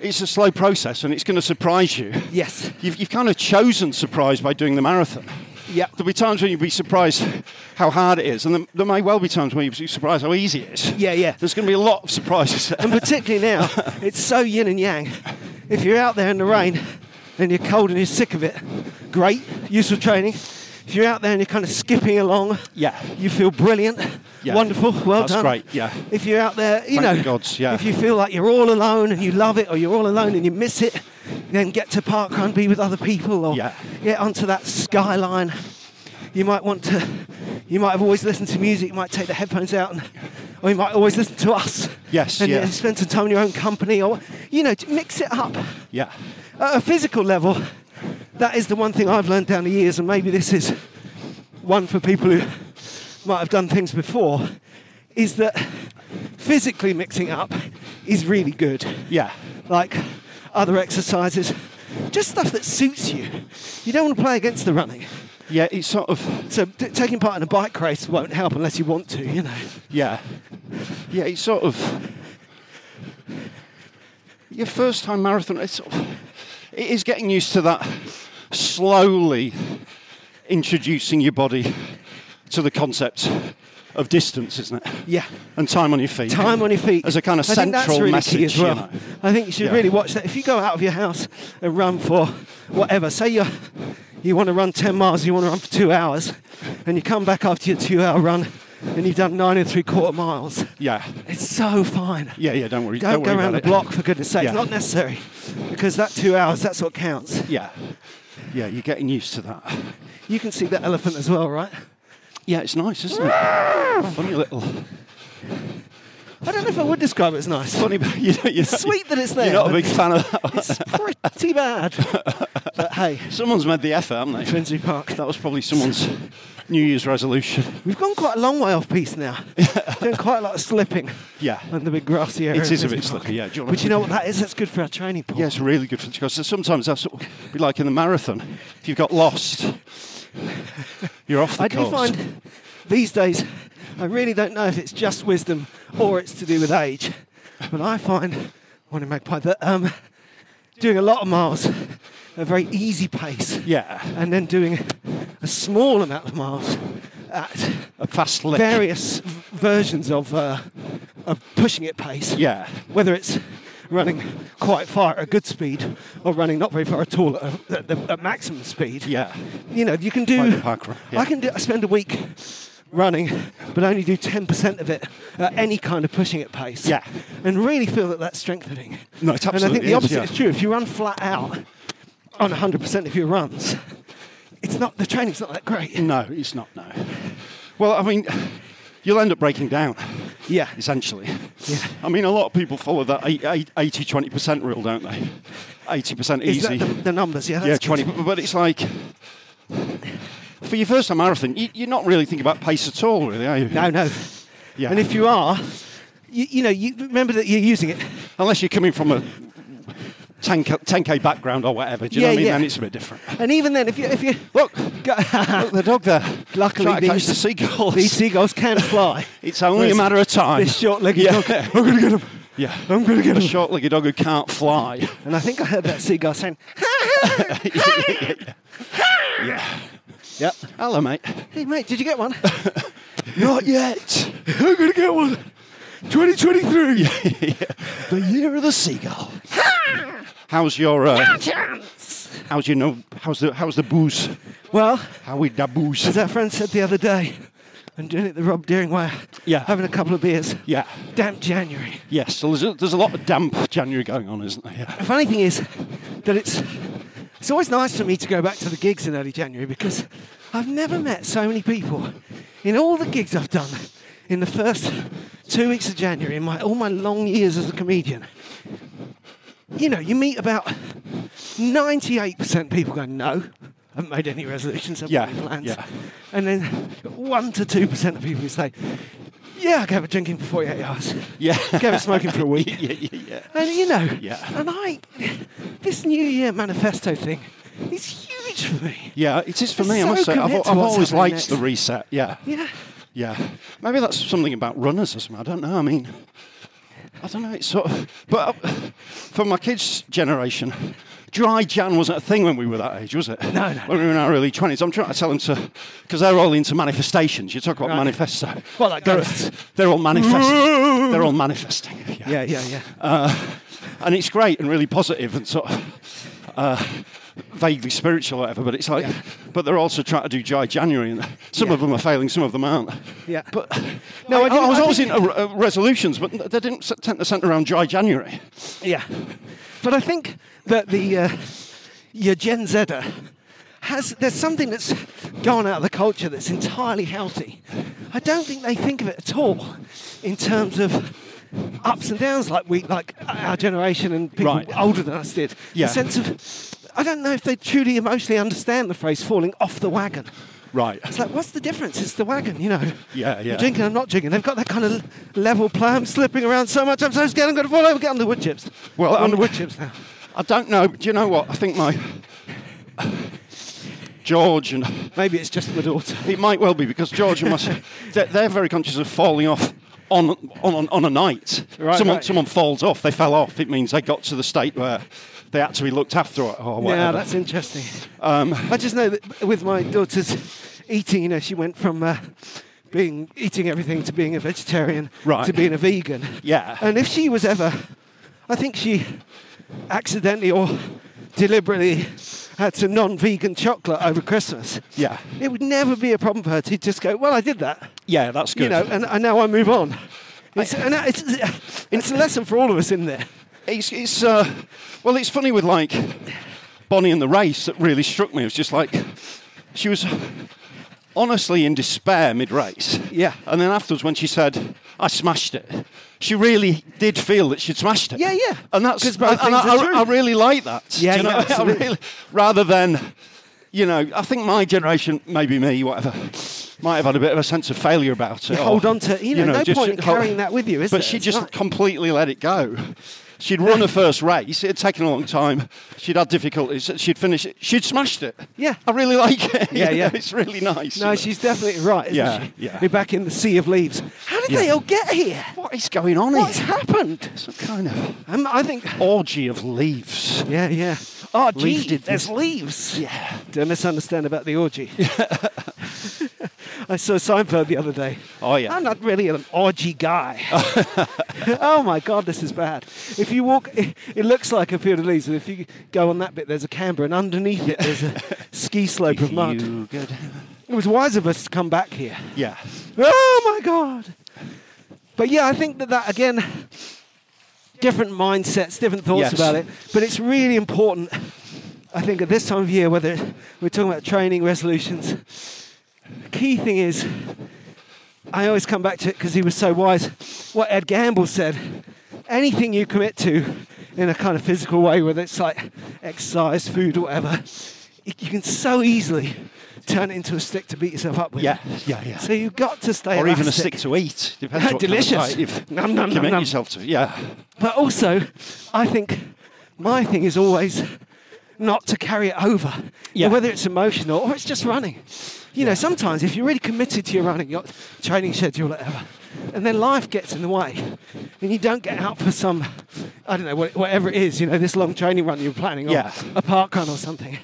S1: it's a slow process, and it's going to surprise you.
S2: Yes.
S1: You've, you've kind of chosen surprise by doing the marathon.
S2: Yeah.
S1: There'll be times when you'll be surprised how hard it is, and there, there may well be times when you'll be surprised how easy it is.
S2: Yeah, yeah.
S1: There's going to be a lot of surprises.
S2: And particularly now, it's so yin and yang. If you're out there in the rain and you're cold and you're sick of it, great, useful training. If you're out there and you're kind of skipping along,
S1: Yeah.
S2: you feel brilliant,
S1: Yeah.
S2: wonderful, well
S1: That's
S2: done.
S1: great, yeah.
S2: If you're out there,
S1: Thank
S2: you know,
S1: the gods, yeah.
S2: if you feel like you're all alone and you love it, or you're all alone and you miss it, then get to parkrun, be with other people, or
S1: Yeah.
S2: get onto that skyline. You might want to. You might have always listened to music. You might take the headphones out, and, or you might always listen to us.
S1: Yes,
S2: and
S1: yeah.
S2: you spend some time in your own company, or you know, mix it up.
S1: yeah,
S2: At a physical level, that is the one thing I've learned down the years, and maybe this is one for people who might have done things before, is that physically mixing up is really good.
S1: yeah,
S2: Like other exercises, just stuff that suits you. You don't want to play against the running.
S1: yeah. It's sort of
S2: So t- taking part in a bike race won't help unless you want to, you know.
S1: Yeah. Yeah, it's sort of your first time marathon. It's sort of, it is getting used to that slowly introducing your body to the concept of distance, isn't it?
S2: Yeah.
S1: And time on your feet.
S2: Time on your feet.
S1: As a kind of
S2: I think that's
S1: central
S2: really
S1: message.
S2: key as well.
S1: you know.
S2: I think you should
S1: Yeah.
S2: really watch that. If you go out of your house and run for whatever, say you you want to run 10 miles, you want to run for two hours, and you come back after your two hour run and you've done nine and three quarter miles,
S1: Yeah.
S2: it's so fine.
S1: Yeah, yeah, don't worry.
S2: Don't,
S1: worry
S2: go around
S1: about
S2: the
S1: it.
S2: block, for goodness sake.
S1: Yeah.
S2: It's not necessary because that two hours, that's what counts.
S1: Yeah. Yeah, you're getting used to that.
S2: You can see the elephant as well, right?
S1: Yeah, it's nice, isn't it? funny little.
S2: I don't know if I would describe it as nice.
S1: Funny, but you know, you're
S2: It's sweet that it's there.
S1: You're not a
S2: but
S1: big fan of that.
S2: It's pretty bad. but hey,
S1: Someone's made the effort, haven't they?
S2: Finsbury Park.
S1: That was probably someone's New Year's resolution.
S2: We've gone quite a long way off piece now. Doing quite a lot of slipping
S1: Yeah.
S2: on the big grassy area.
S1: It
S2: in
S1: is a bit
S2: Finsbury Park.
S1: slippy, yeah. Do you wanna-
S2: But you know what that is? That's good for our training, Paul.
S1: Yeah, it's really good for because sometimes that's sort of be like in the marathon. If you've got lost, you're off the
S2: I
S1: course.
S2: do find these days, I really don't know if it's just wisdom or it's to do with age. But I find, want to magpie, that um, doing a lot of miles at a very easy pace
S1: yeah,
S2: and then doing a small amount of miles at
S1: a fast lick.
S2: various v- versions of, uh, of pushing it pace.
S1: Yeah,
S2: whether it's running quite far at a good speed or running not very far at all at, at, the, at maximum speed.
S1: yeah,
S2: You know, you can do.
S1: Like the park run, yeah.
S2: I can do. I spend a week running, but only do 10% of it at any kind of pushing at pace.
S1: Yeah.
S2: And really feel that that's strengthening.
S1: No, it
S2: And I think
S1: absolutely
S2: the
S1: is,
S2: opposite
S1: yeah.
S2: is true. If you run flat out on 100% of your runs, it's not the training's not that great.
S1: No, it's not. No. Well, I mean, you'll end up breaking down.
S2: Yeah.
S1: essentially. Yeah. I mean, a lot of people follow that 80 20 percent rule, don't they? Eighty percent
S2: Is
S1: easy.
S2: that the, the numbers? Yeah. That's
S1: yeah, 20.
S2: good.
S1: But, but it's like, for your first time marathon, you, you're not really thinking about pace at all, really, are you?
S2: No, no.
S1: Yeah.
S2: And if you are, you, you know, you remember that you're using it
S1: Unless you're coming from a 10, 10k background or whatever. Do you know
S2: Yeah,
S1: what I mean?
S2: yeah.
S1: Then it's a bit different.
S2: And even then, if you if you look, go,
S1: Look, the dog uh, there.
S2: Luckily
S1: Trying to catch
S2: these-
S1: the seagulls.
S2: these seagulls can fly.
S1: it's only a
S2: Whereas
S1: matter of time.
S2: This short-legged
S1: yeah.
S2: dog.
S1: I'm gonna get him. Yeah, I'm gonna get him. A short-legged dog who can't fly.
S2: And I think I heard that seagull saying,
S1: yeah. Yep. Hello, mate.
S2: "Hey mate, did you get one?"
S1: Not yet. I'm gonna get one. 2023. The year of the seagull. how's your uh, how's your no how's the how's the booze?
S2: well,
S1: How we da booze?
S2: as our friend said the other day, I'm doing it the Rob Deering way.
S1: Yeah.
S2: having a couple of beers.
S1: Yeah.
S2: Damp January.
S1: Yes, so there's a, there's a lot of damp January going on, isn't there? Yeah.
S2: The funny thing is that it's it's always nice for me to go back to the gigs in early January because I've never met so many people in all the gigs I've done in the first two weeks of January in my all my long years as a comedian. You know, you meet about 98% people going, no, I haven't made any resolutions, I haven't
S1: Yeah,
S2: made any plans.
S1: yeah.
S2: And then 1% to 2% of people who say, yeah, I gave up drinking for 48 hours.
S1: Yeah.
S2: Gave up smoking for a week.
S1: yeah, yeah, yeah.
S2: And you know,
S1: Yeah.
S2: and I, this New Year manifesto thing is huge for me.
S1: Yeah, it is for
S2: It's
S1: me. I
S2: so
S1: must say, I've,
S2: commit to
S1: I've
S2: what's
S1: always
S2: happening
S1: liked
S2: next.
S1: the reset. Yeah,
S2: Yeah.
S1: yeah. Maybe that's something about runners or something. I don't know. I mean, I don't know. It's sort of, but uh, for my kids' generation, dry Jan wasn't a thing when we were that age, was it?
S2: No, no.
S1: When we were in our early twenties, I'm trying to tell them to, because they're all into manifestations. You talk about
S2: Right.
S1: manifesto.
S2: Well, that
S1: they're,
S2: goes-
S1: they're all manifesting. they're all manifesting. Yeah.
S2: Yeah, yeah, yeah.
S1: Uh, and it's great and really positive and sort of uh, vaguely spiritual or whatever, but it's like,
S2: Yeah.
S1: but they're also trying to do Jai January and some
S2: Yeah.
S1: of them are failing, some of them aren't.
S2: Yeah.
S1: But
S2: No,
S1: no, I,
S2: I didn't-
S1: I was
S2: I
S1: always
S2: think-
S1: into re- uh, resolutions, but they didn't s- tend to centre around Jai January.
S2: Yeah. But I think that the uh, your Gen Zer has there's something that's gone out of the culture that's entirely healthy. I don't think they think of it at all in terms of ups and downs like we like our generation and people
S1: Right.
S2: older than us did.
S1: Yeah.
S2: The sense of I don't know if they truly emotionally understand the phrase falling off the wagon.
S1: Right.
S2: It's like, what's the difference? It's the wagon, you know.
S1: Yeah, yeah.
S2: I'm drinking, I'm not drinking. They've got that kind of level play. I'm slipping around so much. I'm so scared I'm going to fall over. Get on the wood chips.
S1: Well, um,
S2: I'm on
S1: I'm-
S2: the wood chips now.
S1: I don't know. Do you know what? I think my George and
S2: Maybe it's just my daughter.
S1: It might well be because George and myself, they're, they're very conscious of falling off on on, on a night.
S2: Right,
S1: someone
S2: right.
S1: someone falls off, they fell off. It means they got to the state where they had to be looked after or, or whatever.
S2: Yeah, that's interesting.
S1: Um,
S2: I just know that with my daughter's eating, you know, she went from uh, being eating everything to being a vegetarian
S1: Right.
S2: to being a vegan.
S1: Yeah.
S2: And if she was ever, I think she accidentally or deliberately had some non-vegan chocolate over Christmas.
S1: Yeah.
S2: It would never be a problem for her to just go, well, I did that.
S1: yeah, that's good.
S2: You know, and, and now I move on. It's, and it's, it's a lesson for all of us in there.
S1: it's, it's uh, well, it's funny with like Bonnie and the race that really struck me. It was just like she was honestly in despair mid-race.
S2: Yeah.
S1: and then afterwards when she said, "I smashed it," she really did feel that she'd smashed it.
S2: Yeah, yeah.
S1: and that's
S2: 'Cause both
S1: and I,
S2: things
S1: I-
S2: are true.
S1: I really like that. Do
S2: Yeah,
S1: you know
S2: yeah,
S1: what I mean? I
S2: absolutely.
S1: really- rather than. You know, I think my generation, maybe me, whatever, might have had a bit of a sense of failure about it.
S2: You
S1: or,
S2: hold on to- you know, no point in
S1: hold-
S2: carrying that with you, is
S1: But
S2: there?
S1: she
S2: It's
S1: just
S2: not-
S1: completely let it go. She'd run her first race. It had taken a long time. She'd had difficulties. She'd finished it. She'd smashed it.
S2: Yeah.
S1: I really like it.
S2: Yeah, yeah.
S1: It's really nice.
S2: No, she's definitely right. Isn't
S1: Yeah,
S2: she?
S1: yeah.
S2: We're back in the sea of leaves. How did
S1: Yeah.
S2: they all get here?
S1: What is going on
S2: What's
S1: here?
S2: happened?
S1: Some kind of
S2: Um, I think.
S1: orgy of leaves.
S2: Yeah, yeah. Oh,
S1: Leaves
S2: gee,
S1: did
S2: there's
S1: this.
S2: leaves. Yeah. Don't misunderstand about the orgy. I saw Seinfeld the other day.
S1: Oh, yeah.
S2: I'm not really an orgy guy. oh my God, this is bad. If you walk, it, it looks like a field of leaves, and if you go on that bit, there's a camber, and underneath it, there's a ski slope of mud.
S1: You good?
S2: It was wise of us to come back here.
S1: Yeah.
S2: Oh my God. But yeah, I think that that again, different mindsets, different thoughts
S1: Yes.
S2: about it. But it's really important, I think, at this time of year, whether we're talking about training resolutions. The key thing is, I always come back to it because he was so wise. What Ed Gamble said anything you commit to in a kind of physical way, whether it's like exercise, food, or whatever, you you can so easily turn it into a stick to beat yourself up with.
S1: Yeah, yeah, yeah.
S2: So you've got to stay
S1: or even a
S2: elastic.
S1: stick to eat. Depends what
S2: Delicious.
S1: Kind of diet you've
S2: Nom, nom, nom,
S1: commit
S2: nom.
S1: yourself to. Yeah.
S2: But also, I think my thing is always not to carry it over,
S1: Yeah.
S2: whether it's emotional or it's just running. You know, sometimes if you're really committed to your running, your training schedule, whatever, and then life gets in the way, and you don't get out for some, I don't know, wha- whatever it is, you know, this long training run you're planning, or
S1: Yeah.
S2: a park run or something.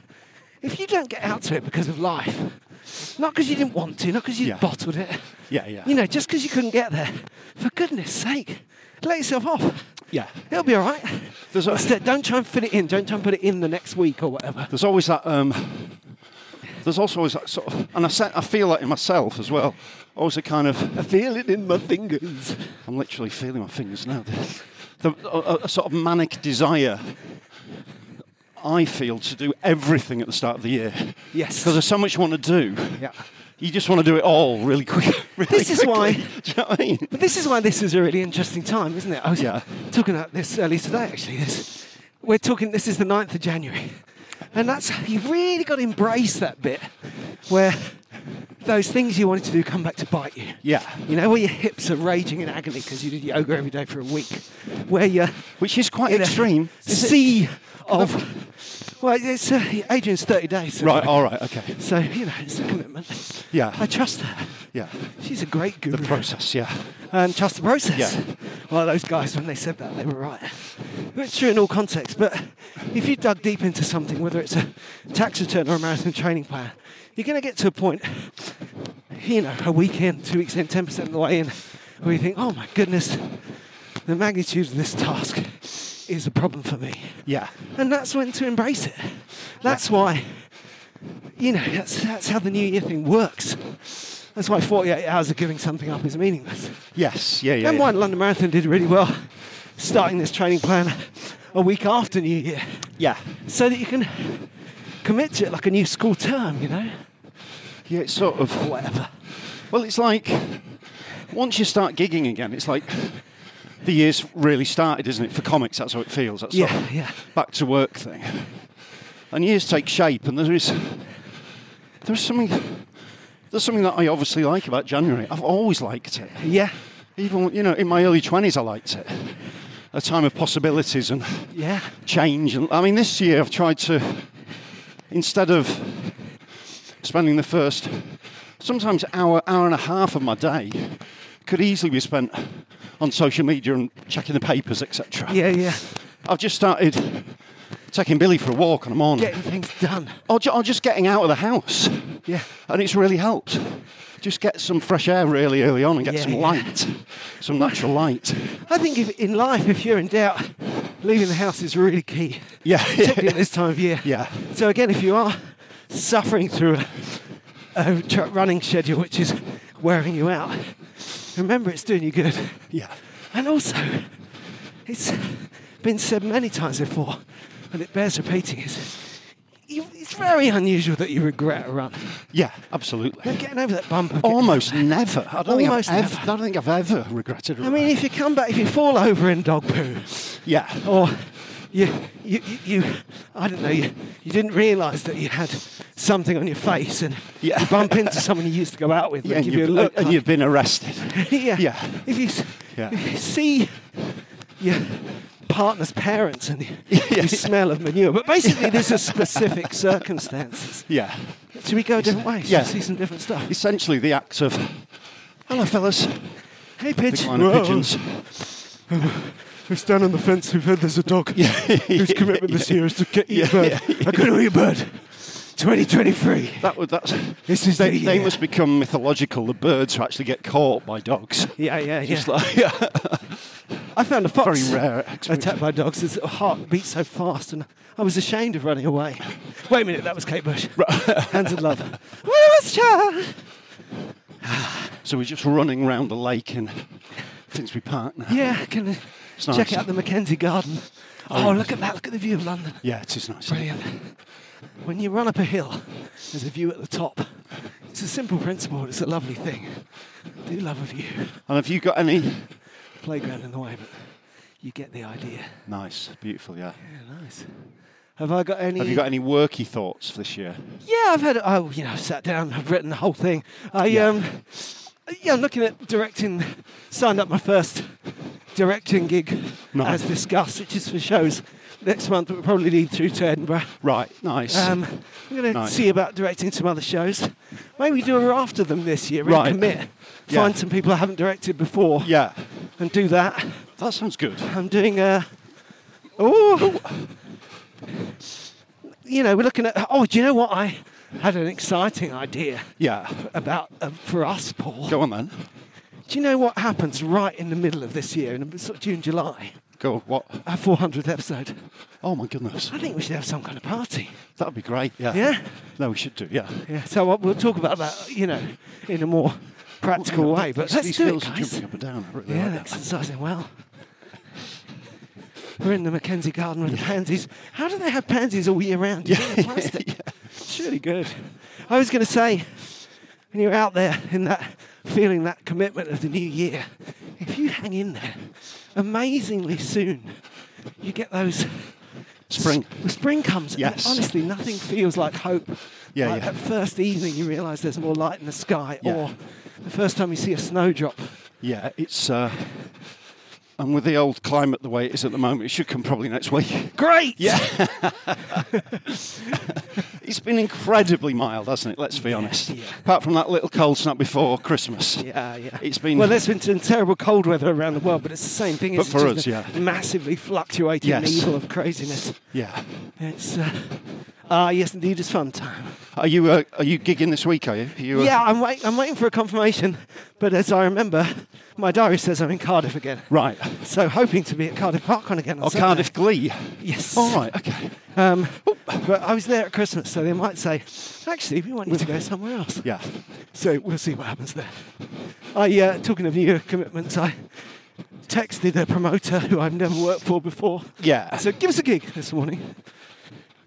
S2: If you don't get out to it because of life, not because you didn't want to, not because you
S1: Yeah.
S2: bottled it,
S1: Yeah, yeah.
S2: you know, just because you couldn't get there, for goodness sake, let yourself off.
S1: Yeah.
S2: It'll be all right.
S1: There's a-
S2: Instead, don't try and fit it in. Don't try and put it in the next week or whatever.
S1: There's always that. Um, there's also always that sort of, and I, se- I feel that in myself as well. Always a kind of,
S2: I feel it in my fingers.
S1: I'm literally feeling my fingers now. The, the, a, a sort of manic desire. I feel to do everything at the start of the year.
S2: Yes.
S1: Because there's so much you want to do.
S2: Yeah.
S1: You just want to do it all really quick. Really
S2: This is why-
S1: quickly. Do you know what I mean?
S2: But this is why this is a really interesting time, isn't it? I was
S1: Yeah.
S2: talking about this earlier today, actually. This, we're talking, this is the 9th of January. And that's, you've really got to embrace that bit where those things you wanted to do come back to bite you.
S1: Yeah.
S2: You know, where your hips are raging in agony because you did yoga every day for a week. Where you're
S1: Which is quite
S2: in a
S1: extreme. Is it-
S2: sea of. Well, it's uh, Adrian's 30 days. so-
S1: Right, all right, okay.
S2: So, you know, it's a commitment.
S1: Yeah.
S2: I trust her.
S1: Yeah.
S2: She's a great guru.
S1: The process, yeah.
S2: And trust the process.
S1: Yeah.
S2: Well, those guys, when they said that, they were right. It's true in all contexts, but if you dug deep into something, whether it's a tax return or a marathon training plan, you're going to get to a point, you know, a week in, two weeks in, 10% of the way in, where you think, oh my goodness, the magnitude of this task is a problem for me.
S1: Yeah.
S2: And that's when to embrace it. That's why, you know, that's, that's how the New Year thing works. That's why 48 hours of giving something up is meaningless.
S1: Yes, yeah, yeah.
S2: Then
S1: yeah.
S2: why London Marathon did really well starting this training plan a week after New Year
S1: Yeah.
S2: so that you can commit to it like a new school term, you know?
S1: Yeah, it's sort of whatever. Well, it's like once you start gigging again, it's like the year's really started, isn't it? For comics, that's how it feels. That's
S2: Yeah,
S1: sort of
S2: yeah.
S1: Back to work thing, and years take shape, and there is there's something there's something that I obviously like about January. I've always liked it.
S2: Yeah.
S1: Even you know, in my early twenties, I liked it. A time of possibilities and
S2: Yeah.
S1: change. And I mean, this year I've tried to, instead of spending the first sometimes hour, hour and a half of my day, could easily be spent on social media and checking the papers, etc.
S2: Yeah, yeah.
S1: I've just started taking Billy for a walk in the morning,
S2: Getting things done.
S1: or, ju- or just getting out of the house,
S2: Yeah.
S1: and it's really helped. Just get some fresh air really early on and get
S2: Yeah,
S1: some
S2: yeah.
S1: light, some natural light.
S2: I think if, in life, if you're in doubt, leaving the house is really key.
S1: Yeah.
S2: Particularly at this time of year.
S1: Yeah.
S2: So again, if you are suffering through a, a tra- running schedule which is wearing you out, remember it's doing you good.
S1: Yeah.
S2: And also, it's been said many times before, and it bears repeating, is you, it's very unusual that you regret a run.
S1: Yeah, absolutely.
S2: But getting over that bump. of getting-
S1: Almost never. I don't,
S2: Almost
S1: think I've
S2: never.
S1: Ever, I don't think I've ever regretted.
S2: I mean, if you come back, if you fall over in dog poo,
S1: yeah,
S2: or you, you, you, you I don't know, you, you didn't realise that you had something on your face and
S1: Yeah.
S2: you bump into someone you used to go out with
S1: yeah, and,
S2: and give you a
S1: you've,
S2: look.
S1: and
S2: like-
S1: you've been arrested.
S2: yeah.
S1: yeah.
S2: If you, s-
S1: Yeah.
S2: if you see your partner's parents and you, you smell of manure, but basically this is specific circumstances.
S1: Yeah,
S2: Should we go a different way? Should
S1: Yeah.
S2: we see some different stuff?
S1: essentially the act of hello, fellas,
S2: Hey,
S1: big line
S2: pigeon.
S1: of pigeons.
S2: We stand on the fence. We've heard there's a dog whose commitment this year is to get eat a bird. I couldn't eat a bird. 2023.
S1: That would that's.
S2: This is
S1: They,
S2: the
S1: they
S2: year.
S1: must become mythological. The birds who actually get caught by dogs.
S2: Yeah, yeah, yeah.
S1: Just like yeah.
S2: I found a fox
S1: Very rare experience.
S2: attacked by dogs. His heart beat so fast, and I was ashamed of running away. Wait a minute, that was Kate Bush. Hands in love. Where was she?
S1: So we're just running round the lake in Finsbury Park now.
S2: Yeah, can I
S1: It's
S2: check
S1: nice.
S2: out the Mackenzie Garden. Oh, look at that! Look at the view of London.
S1: Yeah, it is nice.
S2: Brilliant. When you run up a hill, there's a view at the top. It's a simple principle, but it's a lovely thing. I do love a view.
S1: And have you got any?
S2: Playground in the way, but you get the idea.
S1: Nice, beautiful. Yeah.
S2: Yeah, nice. Have I got any?
S1: Have you got any worky thoughts for this year?
S2: Yeah, I've had. Oh, you know, I've sat down. I've written the whole thing. I
S1: Yeah.
S2: um, yeah, I'm looking at directing. Signed up my first directing gig,
S1: Nice.
S2: as discussed, which is for shows next month we'll probably need through to Edinburgh.
S1: Right, nice.
S2: Um, I'm going to
S1: Nice.
S2: see about directing some other shows. Maybe do a raft of them this year.
S1: Right.
S2: Recommit.
S1: Yeah.
S2: Find some people I haven't directed before
S1: yeah,
S2: and do that.
S1: that sounds good.
S2: I'm doing a. Oh! You know, we're looking at. Oh, do you know what? I had an exciting idea
S1: Yeah,
S2: about uh, for us, Paul.
S1: go on then.
S2: Do you know what happens right in the middle of this year, in sort of June, July?
S1: Go on, what?
S2: Our 400th episode.
S1: Oh my goodness,
S2: I think we should have some kind of party.
S1: that would be great. Yeah.
S2: Yeah?
S1: No, we should do. Yeah.
S2: Yeah, so uh, we'll- we'll talk about that, you know, in a more practical way. But
S1: These-
S2: let's
S1: these
S2: do it,
S1: hills are
S2: guys.
S1: jumping up and down. I really
S2: Yeah,
S1: like
S2: that's
S1: that.
S2: exciting. Well, we're in the Mackenzie Garden with the pansies. How do they have pansies all year round? Yeah, plastic. It's really good. I was going to say, when you're out there in that feeling that commitment of the new year, if you hang in there, amazingly soon, you get those.
S1: Spring.
S2: The spring comes. and
S1: Yes.
S2: honestly, nothing feels like hope.
S1: Yeah,
S2: Like
S1: yeah.
S2: That first evening, you realise there's more light in the sky,
S1: Yeah.
S2: or the first time you see a snowdrop.
S1: Yeah, it's. Uh, and with the old climate the way it is at the moment, it should come probably next week.
S2: Great. Yeah.
S1: It's been incredibly mild, hasn't it? Let's be honest.
S2: yeah.
S1: Apart from that little cold snap before Christmas.
S2: Yeah, yeah.
S1: It's been-
S2: well. There's been some terrible cold weather around the world, but it's the same thing.
S1: But
S2: it's
S1: for us,
S2: just a
S1: yeah.
S2: massively fluctuating
S1: Yes.
S2: evil of craziness.
S1: Yeah.
S2: It's uh, ah, yes, indeed, it's fun time.
S1: Are you uh, are you gigging this week? Are you? Are you uh,
S2: Yeah, I'm wait, I'm waiting for a confirmation, but as I remember, my diary says I'm in Cardiff again.
S1: Right.
S2: So hoping to be at Cardiff Park on again. on
S1: Or
S2: Saturday.
S1: Oh, Cardiff Glee.
S2: Yes.
S1: All right. Oh. Okay.
S2: Um, but I was there at Christmas, so they might say, actually, we want you to go somewhere else.
S1: Yeah.
S2: So we'll see what happens there. I, uh, talking of new commitments, I texted a promoter who I've never worked for before.
S1: Yeah.
S2: I said, give us a gig this morning.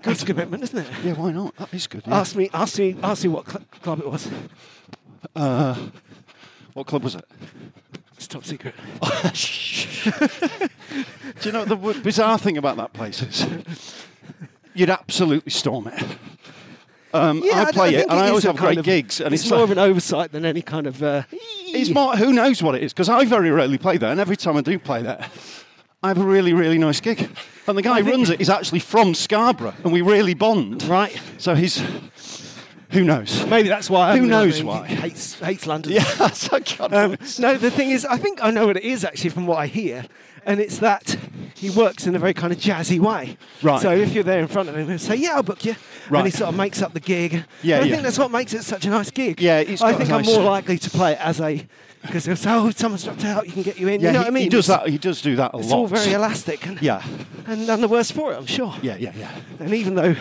S2: Good commitment, isn't it?
S1: Yeah. Why not? That is good. Yeah.
S2: Asked me, asked me, asked me what cl- club it was.
S1: Uh, What club was it?
S2: It's top secret.
S1: Do you know what the w- bizarre thing about that place is? You'd absolutely storm it. Um, I
S2: d-
S1: play it,
S2: think
S1: and I
S2: is
S1: always
S2: a
S1: have great
S2: kind of-
S1: gigs, and
S2: it's,
S1: it's, uh,
S2: more
S1: like-
S2: of an oversight than any kind of. Uh,
S1: It's more who knows what it is because I very rarely play there, and every time I do play there, I have a really really nice gig. And the guy who runs it is actually from Scarborough, and we really bond.
S2: right.
S1: So he's who knows?
S2: Maybe that's why.
S1: Who
S2: I'm the
S1: knows
S2: one who
S1: why?
S2: Hates, hates London.
S1: Yeah, that's I can't
S2: Um,
S1: know.
S2: no, the thing is, I think I know what it is actually from what I hear, and it's that he works in a very kind of jazzy way.
S1: Right.
S2: So if you're there in front of him, he'll say, "Yeah, I'll book you,"
S1: Right.
S2: and he sort of makes up the gig.
S1: Yeah,
S2: And I
S1: yeah.
S2: think that's what makes it such a nice gig.
S1: Yeah, it's
S2: I
S1: got a
S2: think I'm
S1: nice-
S2: more likely to play it as a because he'll say, "Oh, someone's dropped out, you can get you in."
S1: Yeah,
S2: you know
S1: he,
S2: what I mean?
S1: he does
S2: It's-
S1: that. He does do that a
S2: It's
S1: lot.
S2: all very elastic, and
S1: yeah,
S2: and none the worse for it, I'm sure.
S1: yeah, yeah, yeah,
S2: And even though,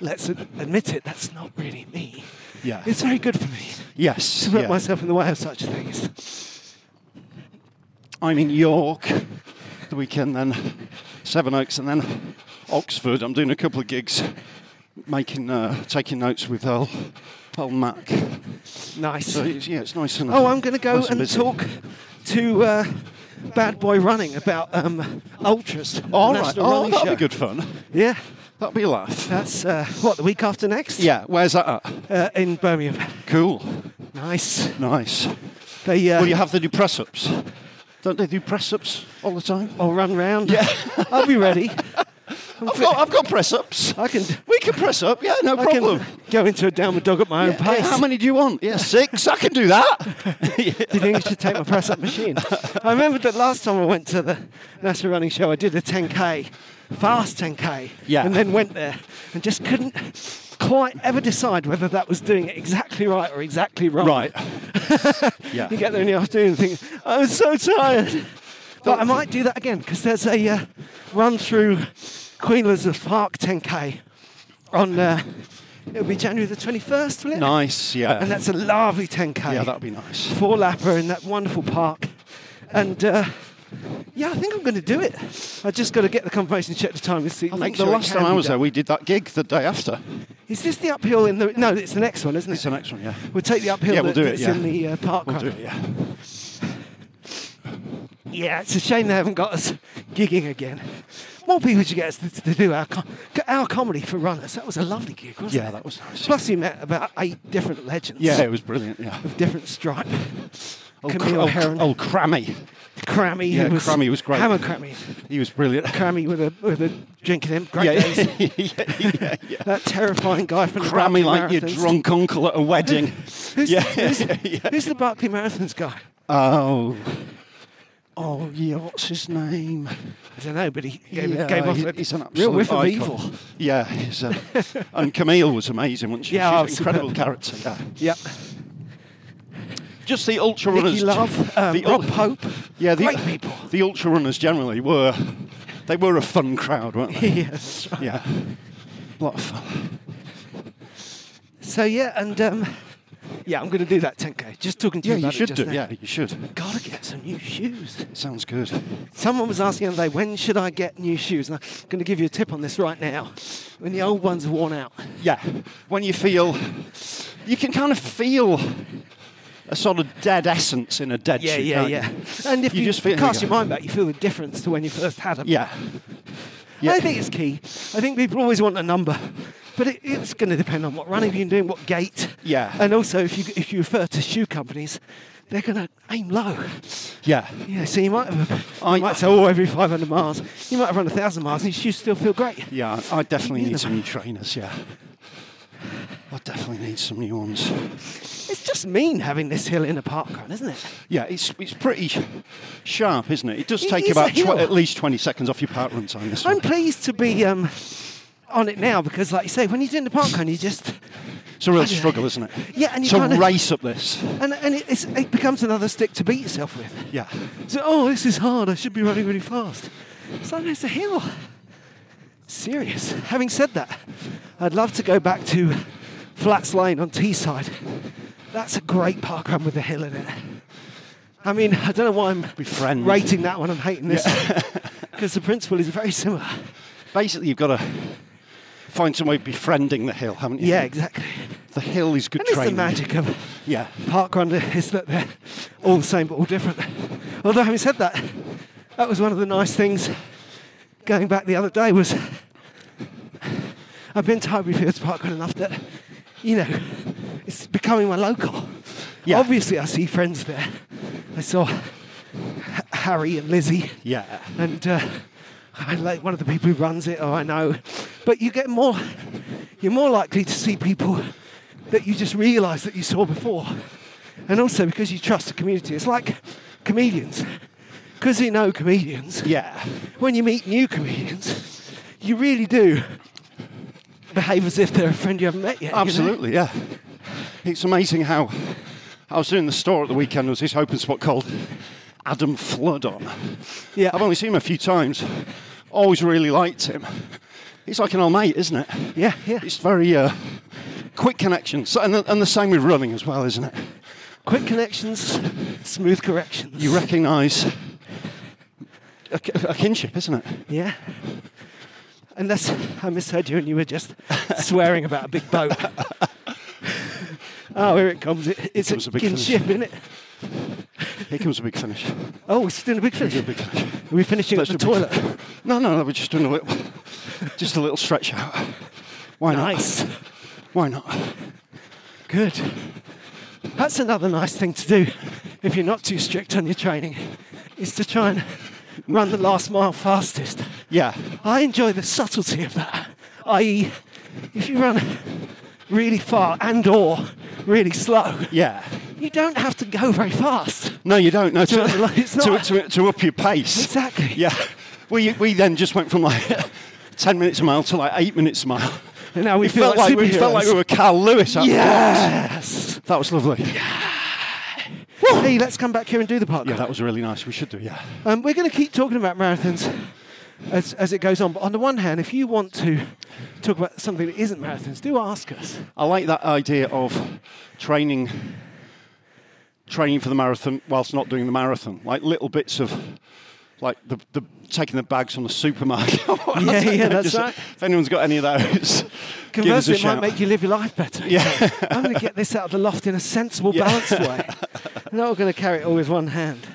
S2: let's ad- admit it, that's not really me.
S1: yeah.
S2: It's very good for me
S1: yes,
S2: to put
S1: yeah.
S2: myself in the way of such things.
S1: I'm in York the weekend, then Sevenoaks, and then Oxford. I'm doing a couple of gigs, making uh, taking notes with old, old Mac.
S2: Nice.
S1: So it's, yeah, it's nice and
S2: Oh, I'm going to go
S1: nice
S2: and
S1: busy.
S2: talk to uh, Bad Boy Running about um, ultras.
S1: All
S2: the
S1: right.
S2: National
S1: Oh,
S2: Running
S1: that'll
S2: Show.
S1: be good fun.
S2: Yeah,
S1: That'll be a laugh.
S2: that's uh, what the week after next.
S1: Yeah. Where's that at?
S2: uh, in Birmingham.
S1: Cool.
S2: Nice.
S1: Nice.
S2: They uh,
S1: Well, you have to do press ups. Don't they do press ups all the time?
S2: I'll run round. Yeah, I'll be ready.
S1: I've got, I've got press ups.
S2: I can.
S1: We can press up. Yeah, no
S2: I
S1: problem.
S2: can go into a downward dog at my own
S1: Yeah, hey,
S2: pace.
S1: how many do you want? Yeah, six. I can do that.
S2: Do you think I should take my press up machine? I remember that last time I went to the National Running Show, I did a 10k, fast 10k,
S1: Yeah.
S2: and then went there and just couldn't quite ever decide whether that was doing it exactly right or exactly wrong.
S1: Right. yeah.
S2: You get there in the afternoon and think, I'm so tired. But I might do that again because there's a uh, run through Queen Elizabeth Park 10k on, uh, it'll be January the 21st, will it?
S1: Nice. Yeah.
S2: And that's a lovely 10k
S1: yeah, that'd be nice.
S2: four lapper in that wonderful park. And uh, yeah, I think I'm going to do it. I just got to get the confirmation, check the time, and see.
S1: I
S2: make
S1: think
S2: sure
S1: the
S2: it
S1: last
S2: can
S1: time I
S2: be
S1: was there,
S2: done.
S1: we did that gig the day after.
S2: is this the uphill in the? No, it's the next one, isn't it?
S1: It's the next one, yeah.
S2: We'll take the uphill.
S1: Yeah, we'll
S2: that-
S1: do it,
S2: that's
S1: yeah.
S2: in the uh, park.
S1: We'll
S2: run.
S1: do it, yeah.
S2: Yeah, it's a shame they haven't got us gigging again. More people should get us to, to do our com- our comedy for runners. That was a lovely gig, wasn't it?
S1: Yeah, that was nice.
S2: Plus, we met about eight different legends.
S1: Yeah, Oh, it was brilliant, yeah.
S2: of different stripe.
S1: Old,
S2: Camille
S1: old,
S2: Heron.
S1: old Crammy.
S2: Crammy.
S1: Yeah,
S2: who
S1: Crammy was great.
S2: Hammer Crammy.
S1: He was brilliant.
S2: Crammy with a with a drink in him. Great
S1: Yeah,
S2: days.
S1: yeah, yeah, yeah, yeah.
S2: That terrifying guy from the
S1: Crammy
S2: Barclay
S1: like your
S2: Marathons.
S1: drunk uncle at a wedding.
S2: Who's,
S1: yeah,
S2: who's,
S1: yeah, yeah.
S2: who's the Barclay Marathons guy?
S1: Oh. Oh, yeah, what's his name?
S2: I don't know, but he gave,
S1: yeah,
S2: gave off
S1: he-
S2: a
S1: he's an
S2: real
S1: absolute
S2: whiff of
S1: icon.
S2: evil.
S1: Yeah, he's a, and Camille was amazing, wasn't she?
S2: Yeah,
S1: She's
S2: oh,
S1: an incredible character. Yeah.
S2: Yep.
S1: Just the ultra
S2: Nicky
S1: runners.
S2: Love, um, Rob Pope,
S1: Yeah, the,
S2: great people.
S1: The ultra runners generally were, they were a fun crowd, weren't they?
S2: yes.
S1: yeah. A lot of fun.
S2: So yeah, and um, yeah, I'm going to do that 10k. Just talking to
S1: Yeah,
S2: you
S1: you
S2: about it
S1: should
S2: just
S1: do.
S2: now.
S1: Yeah, you should.
S2: Gotta get some new shoes.
S1: Sounds good.
S2: Someone was asking the other day, when should I get new shoes? And I'm going to give you a tip on this right now. When the old ones are worn out.
S1: Yeah, when you feel, you can kind of feel a sort of dead essence in a dead
S2: Yeah,
S1: shoe,
S2: yeah,
S1: can't
S2: yeah.
S1: you?
S2: And if you,
S1: just feel,
S2: cast
S1: you
S2: your
S1: go,
S2: mind back, you feel the difference to when you first had them.
S1: Yeah. yeah.
S2: I think it's key. I think people always want a number, but it, it's going to depend on what running you've been doing, what gait.
S1: Yeah.
S2: And also, if you if you refer to shoe companies, they're going to aim low.
S1: Yeah.
S2: Yeah. So you might have,
S1: I-
S2: you might say, oh, every 500 miles, you might have run a thousand miles, and your shoes still feel great.
S1: Yeah, I definitely
S2: need
S1: need
S2: them.
S1: some new trainers, yeah. I definitely need some new ones.
S2: It's just mean having this hill in a park run, isn't it?
S1: Yeah, it's it's pretty sh- sharp, isn't it? It does
S2: It
S1: take
S2: is a
S1: about tw-
S2: hill.
S1: at least 20 seconds off your part run time, this
S2: I'm
S1: one.
S2: pleased to be um, on it now because, like you say, when you're doing the park run, you just
S1: It's a real
S2: don't know.
S1: struggle, isn't it?
S2: Yeah, and you
S1: to
S2: kinda-
S1: race up this.
S2: and, and it, it's, it becomes another stick to beat yourself with.
S1: Yeah.
S2: So, oh, this is hard. I should be running really fast. It's like there's a hill. Serious. Having said that, I'd love to go back to Flats Lane on Teesside. That's a great park run with a hill in it. I mean, I don't know why I'm
S1: Befriend.
S2: rating that one. I'm hating this because the principle is very similar.
S1: Basically, you've got to find some way of befriending the hill, haven't you?
S2: Yeah, exactly.
S1: The hill is good
S2: And it's the
S1: training.
S2: magic of
S1: Yeah.
S2: park run is that they're all the same but all different. Although having said that, that was one of the nice things going back the other day was I've been to Highbury Fields Park Run enough that, you know, it's becoming my local.
S1: Yeah.
S2: Obviously I see friends there. I saw H- Harry and Lizzie
S1: Yeah.
S2: and uh, I like one of the people who runs it, or I know. But you get more, you're more likely to see people that you just realise that you saw before, and also because you trust the community. It's like comedians, because you know comedians.
S1: Yeah.
S2: When you meet new comedians, you really do behave as if they're a friend you haven't met yet. you know?
S1: Absolutely, yeah. It's amazing how I was doing the store at the weekend. There was this open spot called Adam Flood on.
S2: Yeah.
S1: I've only seen him a few times. Always really liked him. He's like an old mate, isn't it?
S2: Yeah, yeah.
S1: It's very uh, quick connections, and the, and the same with running as well, isn't it?
S2: Quick connections, smooth corrections.
S1: You recognise a, ki- a kinship, isn't it?
S2: Yeah. Unless I misheard you and you were just swearing about a big boat. oh, here it comes. It, it's
S1: comes
S2: a
S1: the big
S2: kinship, isn't it?
S1: Here comes a big finish.
S2: Oh, it's still a big finish.
S1: Here's a big finish.
S2: Are we finishing at
S1: Let's
S2: the
S1: do a big-
S2: toilet?
S1: No, no, no. We're just doing a little, just a little stretch out. Why
S2: Nice.
S1: not? Why not?
S2: Good. That's another nice thing to do if you're not too strict on your training, is to try and run the last mile fastest.
S1: Yeah,
S2: I enjoy the subtlety of that, i.e., if you run really far and or really slow,
S1: yeah.
S2: you don't have to go very fast.
S1: No, you don't. No, to,
S2: To- it's
S1: to,
S2: not-
S1: to, to up your pace.
S2: Exactly.
S1: Yeah. We, we then just went from like 10 minutes a mile to like 8 minutes a mile.
S2: And now we
S1: It
S2: feel
S1: felt
S2: like
S1: like we, it felt
S2: superheroes.
S1: like we were Carl Lewis. That,
S2: Yes.
S1: that was lovely. Yeah.
S2: Hey, let's come back here and do the park.
S1: yeah, that was really nice. We should do, yeah.
S2: um, we're going to keep talking about marathons as, as it goes on. But on the one hand, if you want to talk about something that isn't marathons, do ask us.
S1: I like that idea of training training for the marathon whilst not doing the marathon. Like little bits of like the, the taking the bags from the supermarket. I
S2: Yeah,
S1: don't
S2: yeah,
S1: know,
S2: that's
S1: just-
S2: right.
S1: If anyone's got any of those, give us a
S2: Conversely, it
S1: shout.
S2: might make you live your life better.
S1: Yeah.
S2: I'm going to get this out of the loft in a sensible,
S1: Yeah.
S2: balanced way. I'm not going to carry it all with one hand.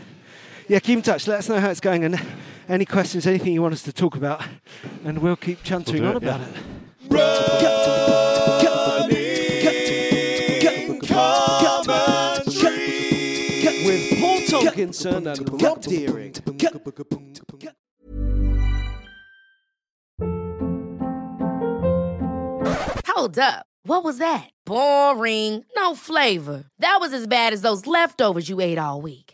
S2: Yeah, keep in touch. Let us know how it's going and any questions, anything you want us to talk about, and we'll keep chuntering
S1: We'll
S2: on
S1: do it,
S2: about
S1: yeah.
S2: it.
S1: Running common dreams.
S2: Dickinson and Rob Deering.
S4: Hold up. What was that? Boring. No flavor. That was as bad as those leftovers you ate all week.